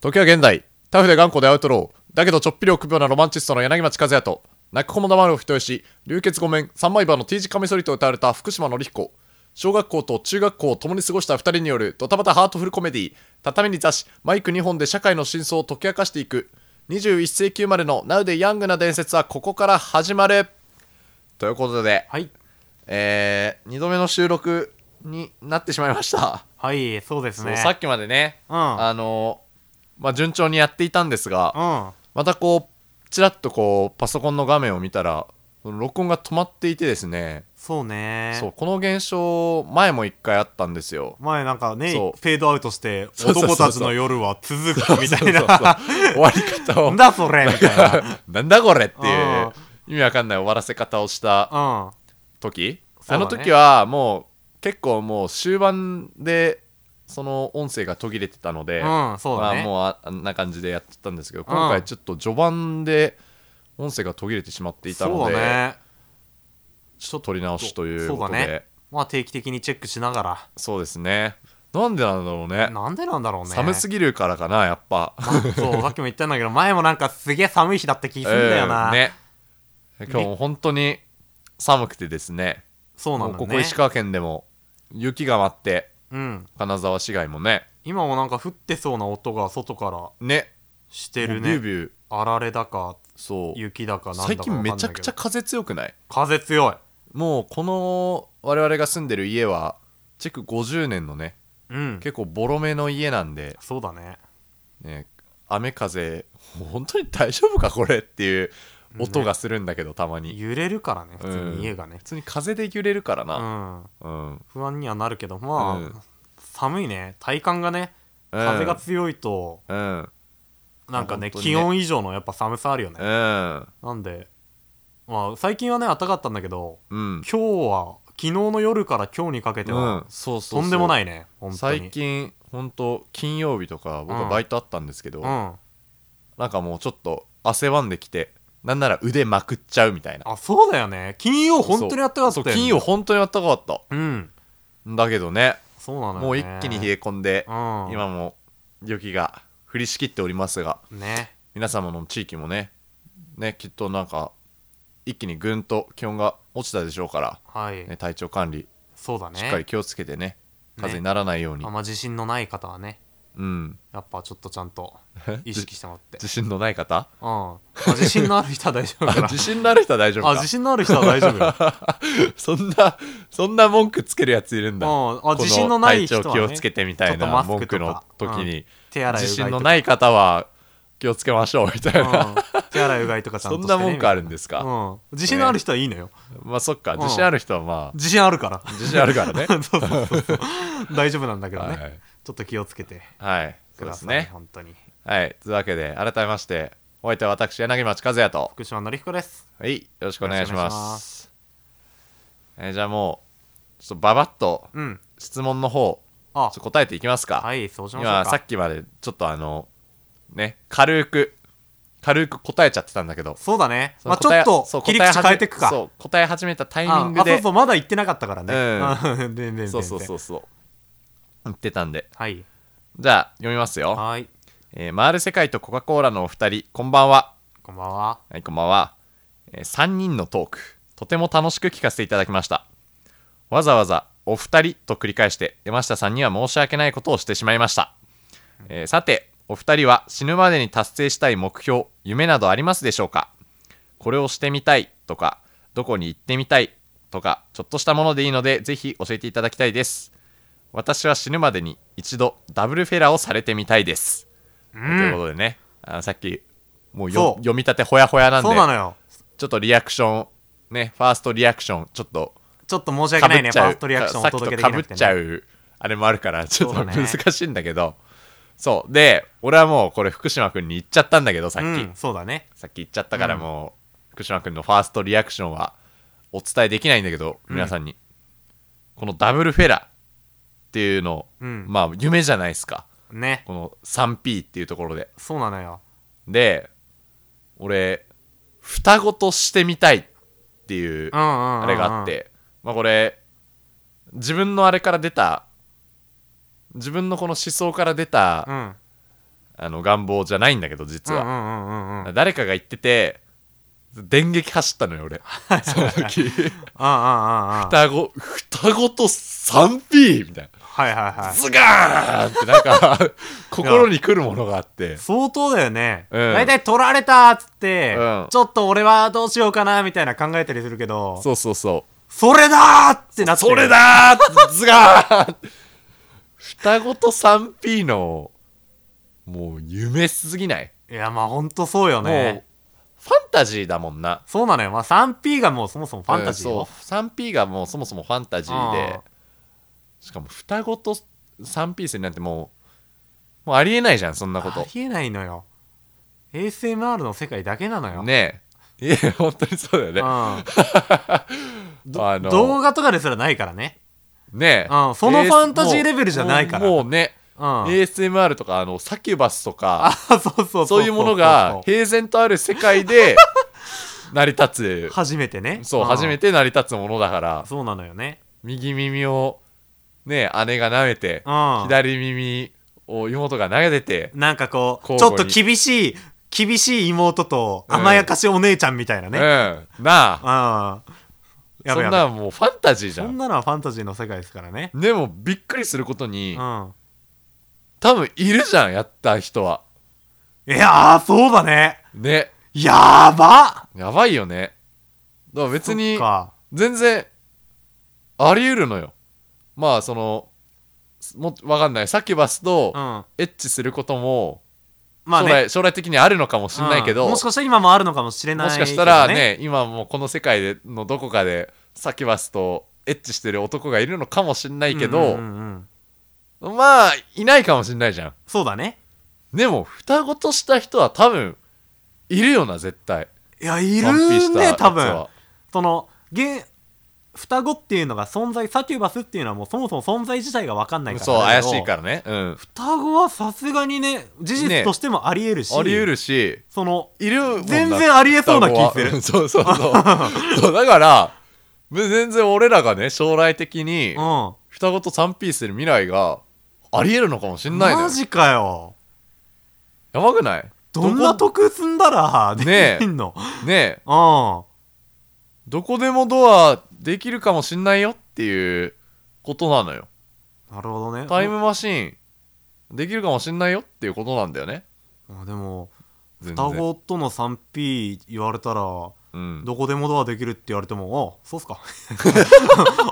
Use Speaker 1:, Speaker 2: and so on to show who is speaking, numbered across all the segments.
Speaker 1: 時は現代タフで頑固でアウトローだけどちょっぴり臆病なロマンチストの柳町和也と泣く子も黙るを人よし流血御免三枚刃の T 字カミソリと歌われた福島のり彦小学校と中学校を共に過ごした2人によるドタバタハートフルコメディ畳に座しマイク2本で社会の真相を解き明かしていく21世紀生まれの Now でヤングな伝説はここから始まるということで、
Speaker 2: はい。
Speaker 1: え2度目の収録になってしまいました。
Speaker 2: はい、そうです
Speaker 1: そう
Speaker 2: ね。
Speaker 1: さっきまでね、
Speaker 2: うん
Speaker 1: あのまあ、順調にやっていたんですが、
Speaker 2: うん。
Speaker 1: またこうちらっとこうパソコンの画面を見たらその録音が止まっていてですね、
Speaker 2: そうね。
Speaker 1: そうこの現象前も一回あったんですよ。
Speaker 2: 前なんかね、フ
Speaker 1: そう
Speaker 2: ェードアウトして、
Speaker 1: そうそうそう
Speaker 2: 男
Speaker 1: そう
Speaker 2: たちの夜は続くみた
Speaker 1: そうそう
Speaker 2: い
Speaker 1: そう
Speaker 2: な。
Speaker 1: 終わり方を
Speaker 2: なんだそれみたいな。
Speaker 1: なんだこれっていう
Speaker 2: あ
Speaker 1: 意味わかんない終わらせ方をした
Speaker 2: うん。
Speaker 1: 時、
Speaker 2: そ
Speaker 1: あ
Speaker 2: うだね
Speaker 1: の時はもう結構もう終盤でその音声が途切れてたので、
Speaker 2: うん、そうだ
Speaker 1: まあ、
Speaker 2: ね。
Speaker 1: もうああんな感じでやってたんですけど
Speaker 2: うん
Speaker 1: 今回ちょっと序盤で音声が途切れてしまっていたの
Speaker 2: そう
Speaker 1: で、
Speaker 2: だね。
Speaker 1: ちょっと取り直しという
Speaker 2: そう
Speaker 1: ことで
Speaker 2: そうだねまあ定期的にチェックしなが
Speaker 1: そうですねなんでなんだろうね
Speaker 2: ら。なんでなんだろうね。
Speaker 1: 寒すぎるからかなやっぱ
Speaker 2: そう、さっきも言ったんだけど、前もなんかすげえ寒い日だった気するんだよな。
Speaker 1: うんね今日も本当に寒くてですね
Speaker 2: そうな
Speaker 1: も
Speaker 2: んだ
Speaker 1: う
Speaker 2: ね。
Speaker 1: ここ石川県でも雪が舞って
Speaker 2: うん。
Speaker 1: 金沢市街もね
Speaker 2: 今もなんか降ってそうな音が外から
Speaker 1: ね
Speaker 2: して
Speaker 1: も
Speaker 2: る
Speaker 1: うビュー
Speaker 2: ね。
Speaker 1: ビュー
Speaker 2: あられだか、
Speaker 1: そう
Speaker 2: 雪だかなんだか
Speaker 1: 最近
Speaker 2: わかんな
Speaker 1: め
Speaker 2: いけ
Speaker 1: ち
Speaker 2: ど
Speaker 1: ゃくちゃ風強くない
Speaker 2: 風強い。
Speaker 1: もうこの我々が住んでる家は築50年のね
Speaker 2: うん。
Speaker 1: 結構ボロめの家なんで、
Speaker 2: そうだね。
Speaker 1: ね、雨風本当に大丈夫かこれっていう音がするんだけど、たまに
Speaker 2: 揺れるからね、普通
Speaker 1: うん
Speaker 2: に家がね
Speaker 1: 普。通に風で揺れるから
Speaker 2: う
Speaker 1: な、
Speaker 2: ん。
Speaker 1: うん
Speaker 2: 不安にはなるけど、まあ、
Speaker 1: うん
Speaker 2: 寒いね。体感がね、風が強いと、
Speaker 1: うん、うん
Speaker 2: なんかね
Speaker 1: あ本当にね
Speaker 2: 気温以上のやっぱ寒さあるよね。
Speaker 1: うん
Speaker 2: なんで、まあ、最近はね、暖かかったんだけど、
Speaker 1: うん
Speaker 2: 今日は、昨日の夜から今日にかけては、
Speaker 1: そうそうそう
Speaker 2: とんでもないいね、本当に。
Speaker 1: 最近本当金曜日とか僕
Speaker 2: う
Speaker 1: は
Speaker 2: ん
Speaker 1: バイトあったんですけど、
Speaker 2: うん。
Speaker 1: なんかもうちょっと汗ばんできてなんなら腕まくっちゃうみたいな
Speaker 2: あ、そうだよね。金曜、本当に暖かかった
Speaker 1: そうそう
Speaker 2: よ、ね。
Speaker 1: 金曜。本当にあったかかった
Speaker 2: うん。
Speaker 1: んだけどね
Speaker 2: そうなのよ、ね。
Speaker 1: もう一気に冷え込んで、
Speaker 2: うん。
Speaker 1: 今も雪が降りしきっておりますが
Speaker 2: ね。
Speaker 1: 皆様の地域もねねきっとなんか一気にぐんと気温が落ちたでしょうから、
Speaker 2: はい。
Speaker 1: ね、体調管理
Speaker 2: そうだね。
Speaker 1: しっかり気をつけてね風邪にならないように、
Speaker 2: あんま自信のない方はね、
Speaker 1: うん
Speaker 2: やっぱちょっとちゃんと意識してもらって。
Speaker 1: 自信のない方
Speaker 2: うん。まあ自信のある人は大丈夫
Speaker 1: あ
Speaker 2: かな。
Speaker 1: 自信のある人は大丈夫
Speaker 2: あ、
Speaker 1: か
Speaker 2: 自信のある人は大丈 夫よ。
Speaker 1: そんなそんな文句つけるやついるんだ
Speaker 2: うん。あ、
Speaker 1: こ
Speaker 2: 自信のない人は、ね。
Speaker 1: 体調気をつけてみたい
Speaker 2: ちょっと
Speaker 1: な
Speaker 2: マス
Speaker 1: 文
Speaker 2: ク
Speaker 1: 句
Speaker 2: とか
Speaker 1: の時に、
Speaker 2: 手洗い
Speaker 1: 自信
Speaker 2: うがいと
Speaker 1: の
Speaker 2: か。
Speaker 1: ない方は気をつけましょうみたいな、
Speaker 2: うん手洗いうがいとかちゃん
Speaker 1: そ
Speaker 2: とし
Speaker 1: ん
Speaker 2: て、ね。
Speaker 1: な文句あるんですか、
Speaker 2: うん。自信のある人はいいのよ。
Speaker 1: まあそっか
Speaker 2: ん
Speaker 1: 自信ある人はまあ
Speaker 2: 自信あるから。
Speaker 1: 自信あるからね
Speaker 2: そうそうそうそう。大丈夫なんだけどね、
Speaker 1: はい、
Speaker 2: ちょっと気をつけて
Speaker 1: はい、そ
Speaker 2: く
Speaker 1: うで
Speaker 2: だ
Speaker 1: す
Speaker 2: さい。
Speaker 1: ね
Speaker 2: 本当に。
Speaker 1: はいというわけで改めましてお相手は私柳町和也と
Speaker 2: 福島のりひこです。
Speaker 1: はい、よろしくお願いしま。
Speaker 2: よろしくお願いします
Speaker 1: えーじゃあもう、ちょっとばばっと
Speaker 2: うん。
Speaker 1: 質問の方、ちょ
Speaker 2: あ
Speaker 1: っと、答えていきますか。
Speaker 2: はい、そうしましょう
Speaker 1: 今、
Speaker 2: か。
Speaker 1: さっきまでちょっとあの、ね、軽く、軽く答えちゃってたんだけど、
Speaker 2: そうだね。
Speaker 1: そ
Speaker 2: ま
Speaker 1: の
Speaker 2: あちょ
Speaker 1: 答え
Speaker 2: っと
Speaker 1: そう
Speaker 2: 切り
Speaker 1: 答
Speaker 2: 口変
Speaker 1: 始
Speaker 2: えていくか。
Speaker 1: そう、答え始めたタイミン
Speaker 2: あ
Speaker 1: グ
Speaker 2: あそう
Speaker 1: で、
Speaker 2: そうまだ言ってなかったからね、
Speaker 1: うん
Speaker 2: うん、でんでんでん
Speaker 1: そうそうそうそう、言ってたんで。
Speaker 2: はい
Speaker 1: じゃあ、読みますよ。
Speaker 2: はい
Speaker 1: えー、回る世界とコカ・コーラのお二人、こんばんは。
Speaker 2: こんばんは
Speaker 1: はい、こんばんは、えー3人のトーク、とても楽しく聞かせていただきました。わざわざお二人と繰り返して、山下さんには申し訳ないことをしてしまいました。えーさて、お二人は死ぬまでに達成したい目標、夢などありますでしょうかこれをしてみたいとか、どこに行ってみたいとか、ちょっとしたものでいいので、ぜひ教えていただきたいです。私は死ぬまでに一度ダブルフェラをされてみたいです。
Speaker 2: う
Speaker 1: というこ
Speaker 2: ん
Speaker 1: とでね、あのさっき、もう
Speaker 2: そう
Speaker 1: よ読み立てほやほやなんで、
Speaker 2: そうなのよ
Speaker 1: ちょっとリアクション、ね、ファーストリアクション、ちょっと
Speaker 2: ちょっと申し訳
Speaker 1: かぶ
Speaker 2: ないね
Speaker 1: っち
Speaker 2: フ
Speaker 1: ゃ
Speaker 2: ァ
Speaker 1: う、
Speaker 2: ーストリアクション
Speaker 1: さ
Speaker 2: お
Speaker 1: っき
Speaker 2: 届
Speaker 1: と
Speaker 2: けで
Speaker 1: か
Speaker 2: き
Speaker 1: ぶ
Speaker 2: な
Speaker 1: っ
Speaker 2: くて、ね、
Speaker 1: ちゃう、あれもあるから、ちょっ
Speaker 2: そ
Speaker 1: と
Speaker 2: うだね
Speaker 1: 難しいんだけど、そう、で、俺はもうこれ、福島君に言っちゃったんだけど、さっき、
Speaker 2: うんそうだね
Speaker 1: さっき言っちゃったから、もう、福島君のファーストリアクションはお伝えできないんだけど、皆さんに、このダブルフェラっていうの、
Speaker 2: うん
Speaker 1: まあ、夢じゃないですか、
Speaker 2: ね
Speaker 1: この 3P っていうところで。
Speaker 2: そうなのよ
Speaker 1: で俺双子としてみたいっていう
Speaker 2: うんうんうんうん
Speaker 1: あれがあってまあこれ自分のあれから出た自分のこの思想から出た
Speaker 2: うん
Speaker 1: あの願望じゃないんだけど実
Speaker 2: うん
Speaker 1: は、
Speaker 2: うんうんうんうん。うんうんうん
Speaker 1: 誰かが言ってて電撃走ったのよ俺その時
Speaker 2: はい
Speaker 1: 双子双子と 3P みたい
Speaker 2: はいは。
Speaker 1: ないズガーンってなん か心に来るものがあって
Speaker 2: 相当だよね。
Speaker 1: うん
Speaker 2: 大体取られたっつって、
Speaker 1: うん
Speaker 2: ちょっと俺はどうしようかなみたいな考えたりするけど、
Speaker 1: そうそうそう
Speaker 2: それだーってなってる
Speaker 1: それだーズガーン双子と 3P のもう夢すぎない、
Speaker 2: いやまあほんとそうよ
Speaker 1: もう
Speaker 2: ね。
Speaker 1: ファンタジーだもんな
Speaker 2: そうなのよ。まあ 3P がもうそもそもファンタジー
Speaker 1: うん
Speaker 2: よ。
Speaker 1: そう 3P がもうそもそもファンタジー
Speaker 2: う
Speaker 1: で
Speaker 2: ん
Speaker 1: しかも双子と 3P 戦なんてもうもうありえないじゃんそんなこ
Speaker 2: あ
Speaker 1: と
Speaker 2: りえないのよ。ASMR の世界だけなのよ。
Speaker 1: ねえいや本当にそうだよ
Speaker 2: う
Speaker 1: ね
Speaker 2: ん、
Speaker 1: あ
Speaker 2: 動画とかですらないからね。
Speaker 1: ねえ、
Speaker 2: うんその
Speaker 1: AS
Speaker 2: ファンタジーレベルじゃないから
Speaker 1: もうもうね、
Speaker 2: うん。あ、
Speaker 1: ASMR とかあのサキュバスとか
Speaker 2: そうそうそ う。
Speaker 1: そういうものが平然とある世界で 成り立
Speaker 2: 初めてね。
Speaker 1: つそう初め
Speaker 2: て。
Speaker 1: て成り立つものだから
Speaker 2: そうなのよね。
Speaker 1: 右耳をね姉が舐めて
Speaker 2: うん。
Speaker 1: 左耳を妹が投げてて
Speaker 2: なんかこう、
Speaker 1: 交
Speaker 2: ちょっ
Speaker 1: 互
Speaker 2: と
Speaker 1: に
Speaker 2: 厳しい、厳しい妹と
Speaker 1: うん
Speaker 2: 甘やかしお姉ちゃんみたいなね。うん。
Speaker 1: うんなあ
Speaker 2: や
Speaker 1: そ
Speaker 2: べや
Speaker 1: ん
Speaker 2: べ。
Speaker 1: なんもうファンタジーじゃ
Speaker 2: そん
Speaker 1: ん
Speaker 2: なのはファンタジーの世界ですからね。
Speaker 1: でもびっくりすること
Speaker 2: う
Speaker 1: に
Speaker 2: ん。
Speaker 1: 多分いるじゃんやった人はい
Speaker 2: やー、そうだね。
Speaker 1: ね
Speaker 2: やーば
Speaker 1: やばいよねだから別に
Speaker 2: そっか
Speaker 1: 全然あり得るのよまあそのもわかんないサキュバスと
Speaker 2: うん。ま
Speaker 1: エッチすることも
Speaker 2: あ
Speaker 1: 将来,、
Speaker 2: ね。
Speaker 1: 将来的にあるのかもしれないけど、
Speaker 2: うんも
Speaker 1: も
Speaker 2: し
Speaker 1: し
Speaker 2: かしたら今もあるのかもしれないけど、ね。
Speaker 1: かしたらね。今もうこの世界でのどこかでサキュバスとエッチしてる男がいるのかもしれないけど、
Speaker 2: うんうんうん
Speaker 1: まあいないかもしれないじゃん
Speaker 2: そうだね。
Speaker 1: でも双子とした人は多分いるよな絶対
Speaker 2: いや、い
Speaker 1: ワンピース
Speaker 2: る
Speaker 1: したや
Speaker 2: ね、
Speaker 1: つ
Speaker 2: 多
Speaker 1: は
Speaker 2: 分。その、げ双子っていうのが存在、サキュバスっていうのはもうそもそも存在自体が分かんないから
Speaker 1: そう
Speaker 2: だけ
Speaker 1: 怪
Speaker 2: ど
Speaker 1: しいからねうん
Speaker 2: 双子はさすがにね事実としてもありえるし、
Speaker 1: あり得るし
Speaker 2: その
Speaker 1: いるもんな
Speaker 2: 全然ありえそうな気す
Speaker 1: 双
Speaker 2: る
Speaker 1: 子はうんそうそうそうそうだからむ全然俺らがね将来的に
Speaker 2: うん
Speaker 1: 双子と 3P する未来がありえるのかもしんないのよ
Speaker 2: マジかよ
Speaker 1: やばくない
Speaker 2: どんな
Speaker 1: どこ
Speaker 2: 得すんだらで
Speaker 1: ねえ
Speaker 2: きんの、
Speaker 1: ねえ
Speaker 2: う
Speaker 1: どこでもドアできるかもしんないよっていうことなのよ
Speaker 2: んなるほどね
Speaker 1: タイムマシーンできるかもしんないよっていうことなんだよね
Speaker 2: あでも
Speaker 1: 全然
Speaker 2: 双子との 3P 言われたらど
Speaker 1: うん
Speaker 2: こでもドアできるって言われてもあそ うっすか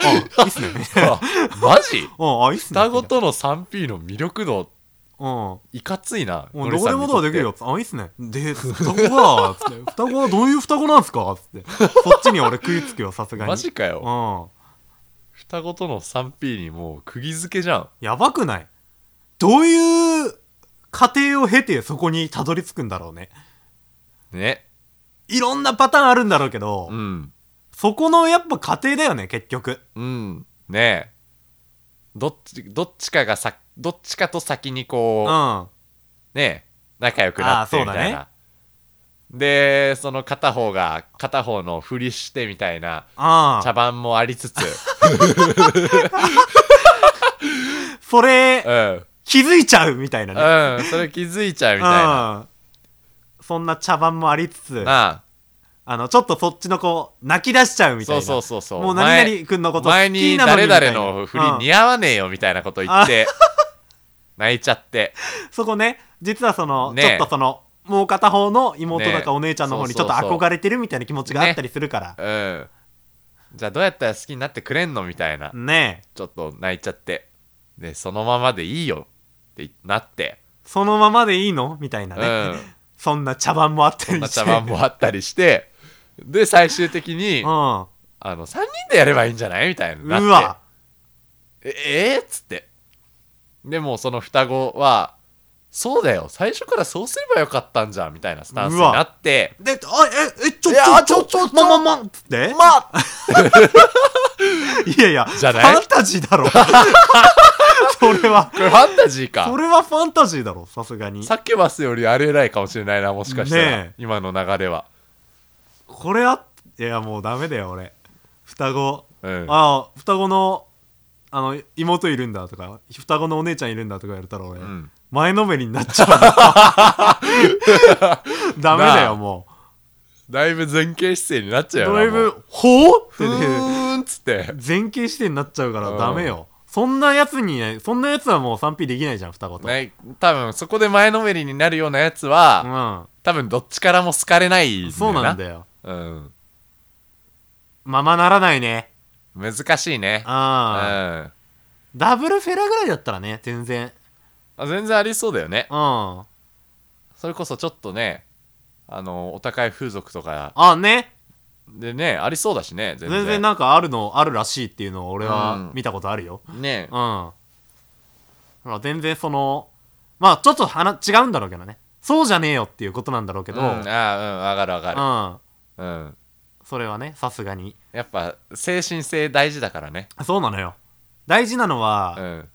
Speaker 2: あいいっすね
Speaker 1: あ マ ジ
Speaker 2: ああいいっすね
Speaker 1: 双子との 3P の魅力度
Speaker 2: うん
Speaker 1: いかついな
Speaker 2: も
Speaker 1: ノ
Speaker 2: うど
Speaker 1: リ
Speaker 2: こ
Speaker 1: さ
Speaker 2: で
Speaker 1: んに
Speaker 2: も
Speaker 1: と
Speaker 2: ド
Speaker 1: っ
Speaker 2: ア
Speaker 1: て
Speaker 2: できるよ。あ、いいっすね。で、双子は、つって双子はどういう双子なんすかつって。そっちに俺食いつくよ、さすがに。
Speaker 1: マジかよ
Speaker 2: うん。
Speaker 1: 双子との 3P にもう釘付けじゃん
Speaker 2: やばくないどういう過程を経てそこにたどり着くんだろうね。
Speaker 1: ね
Speaker 2: いろんなパターンあるんだろうけど、
Speaker 1: うん
Speaker 2: そこのやっぱ過程だよね、結局。
Speaker 1: うんねえどっちどっちかがさどっちかと先にこ
Speaker 2: う
Speaker 1: う、
Speaker 2: ん。あ
Speaker 1: ねえ仲良くなって
Speaker 2: あー
Speaker 1: み
Speaker 2: そうだ
Speaker 1: た
Speaker 2: ね
Speaker 1: いな、でその片方が片方のふりしてみたいな茶
Speaker 2: あ。
Speaker 1: 番もありつ つ、
Speaker 2: それ
Speaker 1: う、ん、うん、
Speaker 2: 気づいちゃうみたいなね。
Speaker 1: それ気づいちゃうみたいな、
Speaker 2: うんそんな茶番もありつつ、あ
Speaker 1: なあ
Speaker 2: の、ちょっとそっちのこう、泣き出しちゃうみたい
Speaker 1: そ
Speaker 2: な。
Speaker 1: うそうそうそう
Speaker 2: もう何々くんのこと好
Speaker 1: 前
Speaker 2: き
Speaker 1: に
Speaker 2: なのに
Speaker 1: 誰
Speaker 2: みたいな
Speaker 1: 々の振り似合わねえよみたいなこと言って泣いちゃって
Speaker 2: そこね、実はその、
Speaker 1: ね
Speaker 2: ちょっとその、もう片方の妹だ
Speaker 1: ね
Speaker 2: かお姉ちゃんの方にちょっと
Speaker 1: そうそうそう
Speaker 2: 憧れてるみたいな気持ちがあったりするから。
Speaker 1: うんじゃあどうやったら好きになってくれんのみたいな
Speaker 2: ねえ。
Speaker 1: ちょっと泣いちゃってでそのままでいいよってなって、
Speaker 2: そのままでいいのみたいな
Speaker 1: う
Speaker 2: ね。
Speaker 1: ん、
Speaker 2: そんな茶番もあった
Speaker 1: そん
Speaker 2: り
Speaker 1: な
Speaker 2: して。
Speaker 1: 茶番もあったりしてで最終的に、
Speaker 2: う
Speaker 1: あの3人でやればいいんじゃないみたいに
Speaker 2: ん。
Speaker 1: なって
Speaker 2: うわ。
Speaker 1: ええーっつってでもうその双子はそうだよ最初からそうすればよかったんじゃんみたいなスタンスになって
Speaker 2: で、あ、え、え、ちょ、
Speaker 1: い
Speaker 2: ち
Speaker 1: や
Speaker 2: ょ、
Speaker 1: ち
Speaker 2: ち
Speaker 1: ょ
Speaker 2: ょ、
Speaker 1: ちょちょ
Speaker 2: ま、ま、ま、つって。
Speaker 1: まあ
Speaker 2: いやいや、
Speaker 1: じゃない
Speaker 2: ファンタジ ーだろ。それは、
Speaker 1: これファンタジー
Speaker 2: そ
Speaker 1: か
Speaker 2: れはファンタジーだろ、さすがに。
Speaker 1: サキュバスよりありえないかもしれないなもしかしたら、
Speaker 2: ねえ
Speaker 1: 今の流れは
Speaker 2: これあ、いや、もうダメだよ、俺。双子。
Speaker 1: うん
Speaker 2: ああ、双子の、あの、妹いるんだとか、双子のお姉ちゃんいるんだとかやれたら俺、
Speaker 1: うん
Speaker 2: 前のめりになっちゃう のダメだよも
Speaker 1: だいぶ前傾姿勢になっち
Speaker 2: う
Speaker 1: ゃうよ
Speaker 2: だ
Speaker 1: ないもう
Speaker 2: ぶ「ほう?」って
Speaker 1: う
Speaker 2: ね
Speaker 1: ーんっつって
Speaker 2: 前傾姿勢になっちゃうから
Speaker 1: うん
Speaker 2: ダメよそんなやつにそんなやつはもう賛否できないじゃん双子と、
Speaker 1: ね多分そこで前のめりになるようなやつは、
Speaker 2: う
Speaker 1: 多分どっちからも好かれない
Speaker 2: んそうなんだ
Speaker 1: よ
Speaker 2: よ
Speaker 1: なうん
Speaker 2: ままならないね
Speaker 1: 難しいねうん
Speaker 2: ああ
Speaker 1: あ
Speaker 2: ダブルフェラぐらいだったらね全然
Speaker 1: 全然ありそうだよね
Speaker 2: うんあ
Speaker 1: それこそちょっとねあのお高い風俗とか
Speaker 2: ね
Speaker 1: でねありそうだしね全然
Speaker 2: 全然なんかあるのあるらしいっていうのを俺は見たことあるよ、
Speaker 1: ね
Speaker 2: うん。ほら、全然その、まあちょっと話違うんだろうけどね。そうじゃねえよっていうことなんだろうけど、
Speaker 1: う
Speaker 2: うんん。
Speaker 1: ああうん上がる上がるうん
Speaker 2: それはね、さすがに。
Speaker 1: やっぱ精神性大事だからね
Speaker 2: そうなのよ。大事なの
Speaker 1: う
Speaker 2: は、
Speaker 1: ん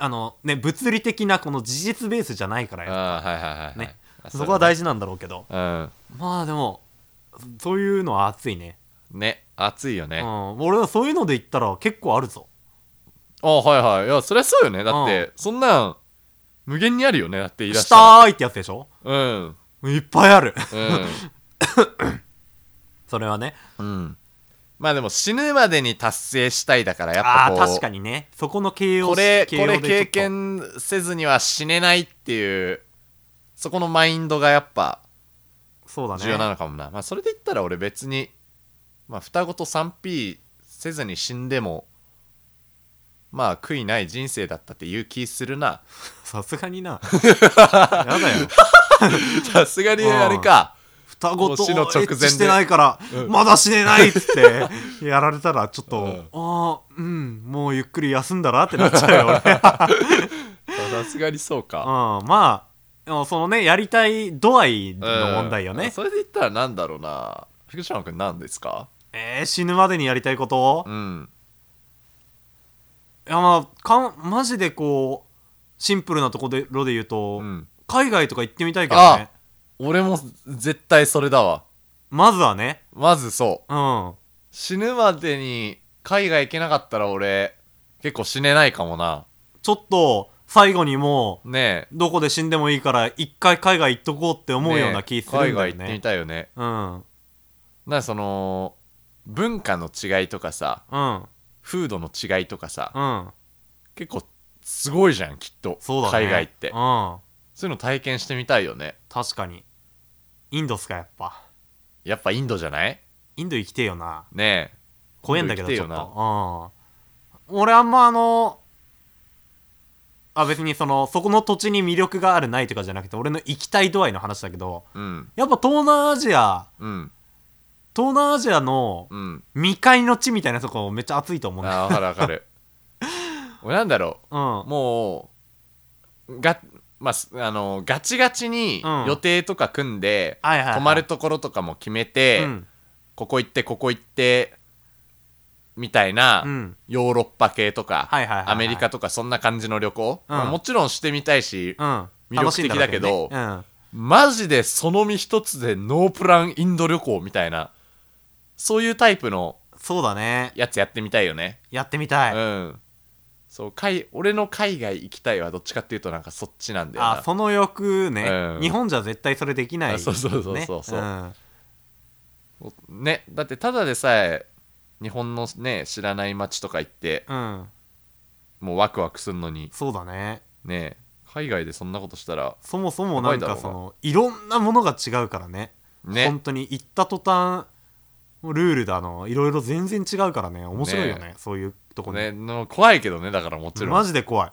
Speaker 2: あのね、物理的なこの事実ベースじゃないから
Speaker 1: あ
Speaker 2: よ。
Speaker 1: あはいはいはいはい
Speaker 2: ね
Speaker 1: あ
Speaker 2: そこは大
Speaker 1: 事
Speaker 2: 事なんだろうけど。
Speaker 1: うん
Speaker 2: まあでも、そういうのは熱いね。
Speaker 1: ね熱いよ
Speaker 2: う
Speaker 1: ね
Speaker 2: ん。俺はそういうので言ったら結構あるぞ。
Speaker 1: あはいはいいやそりゃそうよねだってそんなん無限にあるよねだっていらっ
Speaker 2: し
Speaker 1: しゃ
Speaker 2: たーいってやつでしょ
Speaker 1: るうん
Speaker 2: いっぱいある。
Speaker 1: う
Speaker 2: それはね。
Speaker 1: んうんまあでも死ぬまでに達成したいだからやっ
Speaker 2: あ
Speaker 1: ぱ
Speaker 2: あー、
Speaker 1: こう
Speaker 2: 確かにね。そこの形容
Speaker 1: これこ
Speaker 2: 形容で
Speaker 1: れ経
Speaker 2: ちょっと
Speaker 1: 験せずには死ねないっていうそこのマインドがやっぱ
Speaker 2: そうだね。
Speaker 1: 重要なのかもな、まあそれで言ったら俺別に、まあ、双子と 3P せずに死んでもまあ悔いない人生だったっていう気するな
Speaker 2: さすがにな。やだよ。
Speaker 1: さすがにあれか
Speaker 2: 双子と
Speaker 1: もう死の直前で
Speaker 2: エッチしてないから、
Speaker 1: うん
Speaker 2: まだ死ねないっつ って、やられたらちょっと、
Speaker 1: うん
Speaker 2: ああ、うん、もうゆっくり休んだらってなっちゃうよ、 俺。
Speaker 1: さすがにそうか、
Speaker 2: うん、まあ、でもそのね、やりたい度合い
Speaker 1: うん
Speaker 2: の問題よね。
Speaker 1: それで言ったらなんだろうな福島君何ですか
Speaker 2: えー、死ぬまでにやりたいこと、
Speaker 1: うん
Speaker 2: いや、まあ、かん、マジでこう、シンプルなところでで言うと、
Speaker 1: うん
Speaker 2: 海外とか行ってみたいけどね。
Speaker 1: 俺も絶対それだわ
Speaker 2: まずはね、
Speaker 1: まずそう
Speaker 2: うん。
Speaker 1: 死ぬまでに海外行けなかったら俺結構死ねないかもな
Speaker 2: ちょっと、最後にもう、
Speaker 1: ねえ
Speaker 2: どこで死んでもいいから、一回海外行っとこうって思うような気するんだよね。
Speaker 1: 海外行ってみたいよね
Speaker 2: うん。
Speaker 1: なんかその文化の違いとかさ
Speaker 2: うん。
Speaker 1: 風土の違いとかさ
Speaker 2: うん。
Speaker 1: 結構すごいじゃんきっと
Speaker 2: そうだね。
Speaker 1: 海外って、
Speaker 2: うん。
Speaker 1: そういうの体験してみたいよね
Speaker 2: 確かに。インドっすか、やっぱ。
Speaker 1: やっぱインドじゃない
Speaker 2: インド行きてえよな。
Speaker 1: ね
Speaker 2: 怖えんだけど、
Speaker 1: イン
Speaker 2: ち
Speaker 1: ド
Speaker 2: ょ
Speaker 1: 行
Speaker 2: っ
Speaker 1: きてえ
Speaker 2: と。うん。俺あんまあの、あ、別にその、そこの土地に魅力があるないとかじゃなくて、俺の行きたい度合いの話だけど、
Speaker 1: えうん
Speaker 2: やっぱ東南アジア、
Speaker 1: うん
Speaker 2: 東南アジアの
Speaker 1: うん
Speaker 2: 未開の地みたいなとこめっちゃ熱いと思うんだよ。
Speaker 1: あー分かる分か る俺なんだろ
Speaker 2: うん
Speaker 1: う。もうがまあすあのガチガチに
Speaker 2: うん
Speaker 1: 予定とか組んで、
Speaker 2: はいはいはい。
Speaker 1: 泊まるところとかも決めて、
Speaker 2: うん。
Speaker 1: ここ行ってここ行ってみたいな、
Speaker 2: うん。
Speaker 1: ヨーロッパ系とか、
Speaker 2: はいはいはいはい
Speaker 1: アメリカとかそんな感じの旅行、
Speaker 2: うん
Speaker 1: まあもちろんしてみたいし、
Speaker 2: うん。
Speaker 1: 魅力的だけど
Speaker 2: 楽しいんろうねうん。
Speaker 1: マジでその身一つでノープランインド旅行みたいなそういうタイプの
Speaker 2: そうだね。
Speaker 1: やつやってみたいよね、
Speaker 2: やってみたい。
Speaker 1: うんそう海俺の海外行きたいはどっちかっていうとなんかそっちなんだよな
Speaker 2: あその欲ね、
Speaker 1: うん
Speaker 2: 日本じゃ絶対それできない、
Speaker 1: あ
Speaker 2: ね、
Speaker 1: そうそうそうそうそうんねだってただでさえ日本のね知らない街とか行って
Speaker 2: うん
Speaker 1: もうワクワクするのに
Speaker 2: そうだね
Speaker 1: ね海外でそんなことしたら
Speaker 2: そもそもなん
Speaker 1: やばいだろ
Speaker 2: か
Speaker 1: うな
Speaker 2: そのいろんなものが違うからね
Speaker 1: ね
Speaker 2: 本当に行った途端もうルールだのいろいろ全然違うからね面白いよねそういうとこ
Speaker 1: ね
Speaker 2: ね
Speaker 1: の怖いけどねだからもちろん
Speaker 2: マジで怖い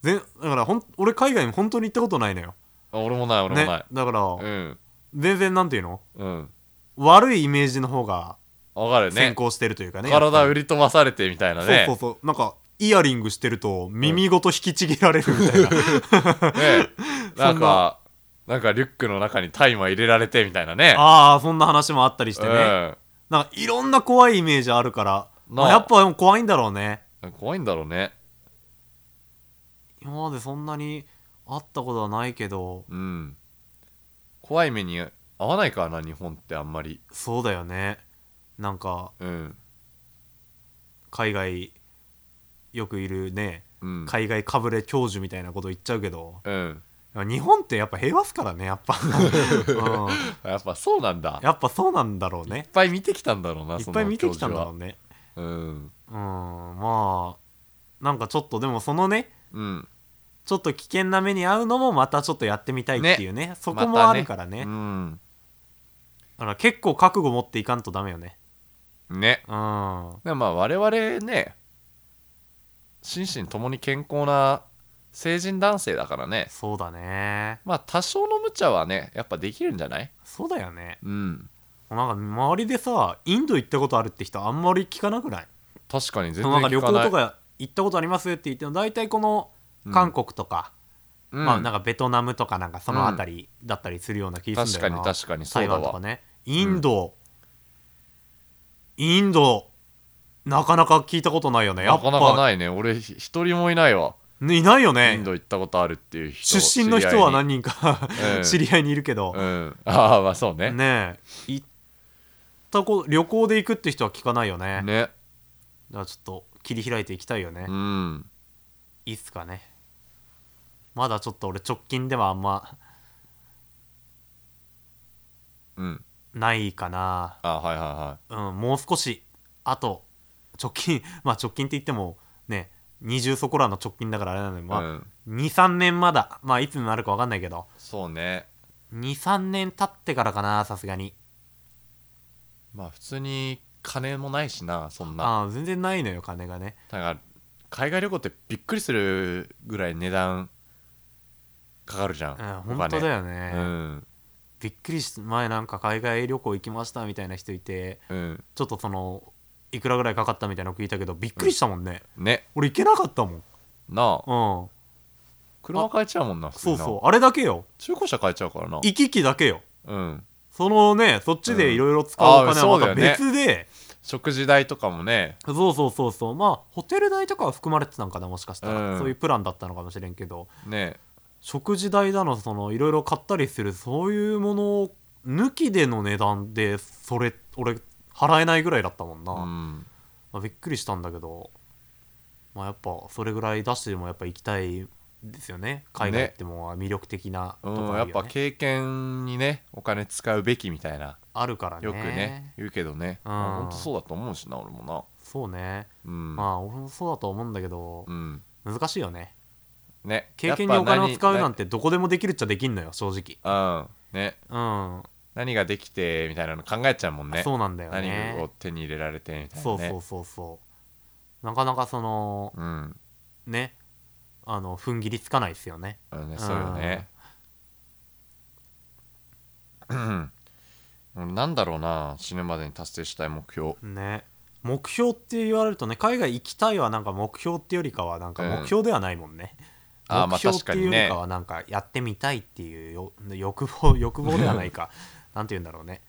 Speaker 2: ぜんだからほん俺海外に本当に行ったことないのよ、
Speaker 1: あ俺もない俺
Speaker 2: ね、
Speaker 1: もない、
Speaker 2: だから、
Speaker 1: うん
Speaker 2: 全然なんていうの
Speaker 1: うん
Speaker 2: 悪いイメージの方が
Speaker 1: わかる
Speaker 2: 先
Speaker 1: ね
Speaker 2: 行してるというかね
Speaker 1: 体売
Speaker 2: り
Speaker 1: り飛ばされてみたいなね
Speaker 2: そうそうそうなんかイヤリングしてると耳ごと引きちぎられるみたいな、
Speaker 1: ねな
Speaker 2: そ
Speaker 1: ん
Speaker 2: ん
Speaker 1: か
Speaker 2: な
Speaker 1: なんかリュックの中に大麻入れられてみたいなね
Speaker 2: ああそんな話もあったりしてね、
Speaker 1: うん
Speaker 2: なんかいろんな怖いイメージあるから、
Speaker 1: なあ
Speaker 2: まあやっぱでも怖いんだろうね
Speaker 1: 怖いんだろうね
Speaker 2: 今までそんなに会ったことはないけど
Speaker 1: うん怖い目に合わないからな日本ってあんまり
Speaker 2: そうだよねなんか
Speaker 1: うん
Speaker 2: 海外よくいるね
Speaker 1: うん
Speaker 2: 海外かぶれ教授みたいなこと言っちゃうけど
Speaker 1: うん
Speaker 2: 日本ってやっぱ平和っすからねやっ ぱ、うん、
Speaker 1: やっぱそうなんだいっ
Speaker 2: やっぱそうなんだろうね
Speaker 1: ぱい見てきたんだろうない
Speaker 2: っ
Speaker 1: その
Speaker 2: ぱい見てきたんだろ
Speaker 1: 教
Speaker 2: うね
Speaker 1: 授はうん
Speaker 2: うんまあなんかちょっとでもそのね
Speaker 1: うん
Speaker 2: ちょっと危険な目に遭うのもまたちょっとやってみたいっていうねそこも
Speaker 1: また
Speaker 2: あ
Speaker 1: ね
Speaker 2: るからね,、
Speaker 1: うん
Speaker 2: だから結構覚悟持っていかんとダメよね
Speaker 1: ね
Speaker 2: うんは
Speaker 1: でもまあ我々ね心身ともに健康な成人男性だからね
Speaker 2: そうだね
Speaker 1: まあ多少の無茶はねやっぱできるんじゃない
Speaker 2: そうだよね
Speaker 1: うん
Speaker 2: なんか周りでさインド行ったことあるって人あんまり聞かなくない
Speaker 1: 確かに全然
Speaker 2: なんか旅
Speaker 1: 聞
Speaker 2: 行
Speaker 1: かない
Speaker 2: とか行ったことありますって言っても大体この
Speaker 1: うん
Speaker 2: 韓国とか、
Speaker 1: うん
Speaker 2: まあなんかベトナムとかなんかそのあたりだったりするような気がす
Speaker 1: 確
Speaker 2: る
Speaker 1: か
Speaker 2: んだよ
Speaker 1: に
Speaker 2: な、
Speaker 1: 確かにそう
Speaker 2: 台
Speaker 1: だ
Speaker 2: 湾とか
Speaker 1: わ、
Speaker 2: ねインド、インドなかなか聞いたことないよねや
Speaker 1: な
Speaker 2: っ
Speaker 1: か
Speaker 2: ぱ
Speaker 1: なかないね俺ひ一人もいないわ
Speaker 2: ねいないよ
Speaker 1: イン
Speaker 2: ね
Speaker 1: ド行ったことあるっていう人
Speaker 2: 出身の人は
Speaker 1: 知
Speaker 2: 何人
Speaker 1: り合
Speaker 2: か
Speaker 1: いにうん
Speaker 2: 知り合いにいるけど、
Speaker 1: うんああまあそうね
Speaker 2: ねえ行ったこ旅行で行くって人は聞かないよね
Speaker 1: ね
Speaker 2: だからちょっと切り開いていきたいよね、
Speaker 1: うん
Speaker 2: いいっすかねまだちょっと俺直近ではあんま
Speaker 1: うん
Speaker 2: ないかな
Speaker 1: あはいはいは
Speaker 2: うん、もう少しあと直近 まあ直近って言ってもね20そこらの直近だからあれなので、
Speaker 1: い、
Speaker 2: まあ
Speaker 1: うん、
Speaker 2: 23年まだまあいつになるか分かんないけど
Speaker 1: そうね
Speaker 2: 23年経ってからかなさすがに
Speaker 1: まあ普通に金もないしなそんな
Speaker 2: ああ全然ないのよ金がね
Speaker 1: だから海外旅行ってびっくりするぐらい値段かかるじゃん、
Speaker 2: うん
Speaker 1: お金
Speaker 2: 本当だよね、
Speaker 1: うん
Speaker 2: びっくりし前なんか海外旅行行きましたみたいな人いて
Speaker 1: うん
Speaker 2: ちょっとそのいくらぐらいかかったみたいなの聞いたけどびっくりしたもんね、
Speaker 1: ね
Speaker 2: 俺行けなかったもん
Speaker 1: なあ
Speaker 2: うん
Speaker 1: 車買えちゃうもんな普通
Speaker 2: そう
Speaker 1: な
Speaker 2: そうあれだけよ
Speaker 1: 中古車買えちゃうからな
Speaker 2: 行き来だけよ
Speaker 1: うんそ
Speaker 2: そのねそっちでいろいろ使うお金はまた
Speaker 1: うんああ
Speaker 2: 別で、
Speaker 1: 食事代とかもね
Speaker 2: そうそうそうそうまあホテル代とかは含まれてたんかなもしかしたら、
Speaker 1: うん
Speaker 2: そういうプランだったのかもしれんけど
Speaker 1: ね
Speaker 2: 食事代だのそのいろいろ買ったりするそういうものを抜きでの値段でそれ俺払えないぐらいだったもんな、
Speaker 1: う
Speaker 2: ま
Speaker 1: ん
Speaker 2: あびっくりしたんだけど、まあ、やっぱそれぐらい出してでもやっぱ行きたいですよね海外ってもう魅力的なと
Speaker 1: う
Speaker 2: こ
Speaker 1: ん、
Speaker 2: あ
Speaker 1: やっ
Speaker 2: るよ、
Speaker 1: ぱ
Speaker 2: ね
Speaker 1: 経験にねお金使うべきみたいな
Speaker 2: あるからね
Speaker 1: よくね言うけどね、
Speaker 2: うん
Speaker 1: まあほんとそうだと思うしな俺もな
Speaker 2: そうね
Speaker 1: うん、
Speaker 2: まあ俺もそうだと思うんだけど
Speaker 1: う、ん、
Speaker 2: 難しいよね
Speaker 1: ね
Speaker 2: 経験にお金を使うなん
Speaker 1: て
Speaker 2: てどこでもできるっちゃできんのよ正直
Speaker 1: うんね
Speaker 2: うん、
Speaker 1: 何ができてみたいなの考えちゃうもんね
Speaker 2: そうなんだよ
Speaker 1: 何を
Speaker 2: ね。
Speaker 1: 手に入れられてみたいな、ね、
Speaker 2: そうそうそうそう。なかなかその、
Speaker 1: うん
Speaker 2: ね、あの、踏ん切りつかないですよね。
Speaker 1: あのねそうよねうん俺なんだろうな死ぬまでに達成したい目標
Speaker 2: ね。目標って言われるとね、海外行きたいはなんか目標ってよりかは、なんか
Speaker 1: うん
Speaker 2: 目標ではないもんね。
Speaker 1: あーま
Speaker 2: 目
Speaker 1: あ
Speaker 2: 標っ
Speaker 1: 確
Speaker 2: て
Speaker 1: か
Speaker 2: いう
Speaker 1: に
Speaker 2: より
Speaker 1: ね
Speaker 2: かは、なんかやってみたいっていうよ欲望、欲望ではないか。なんて言うんだろうね。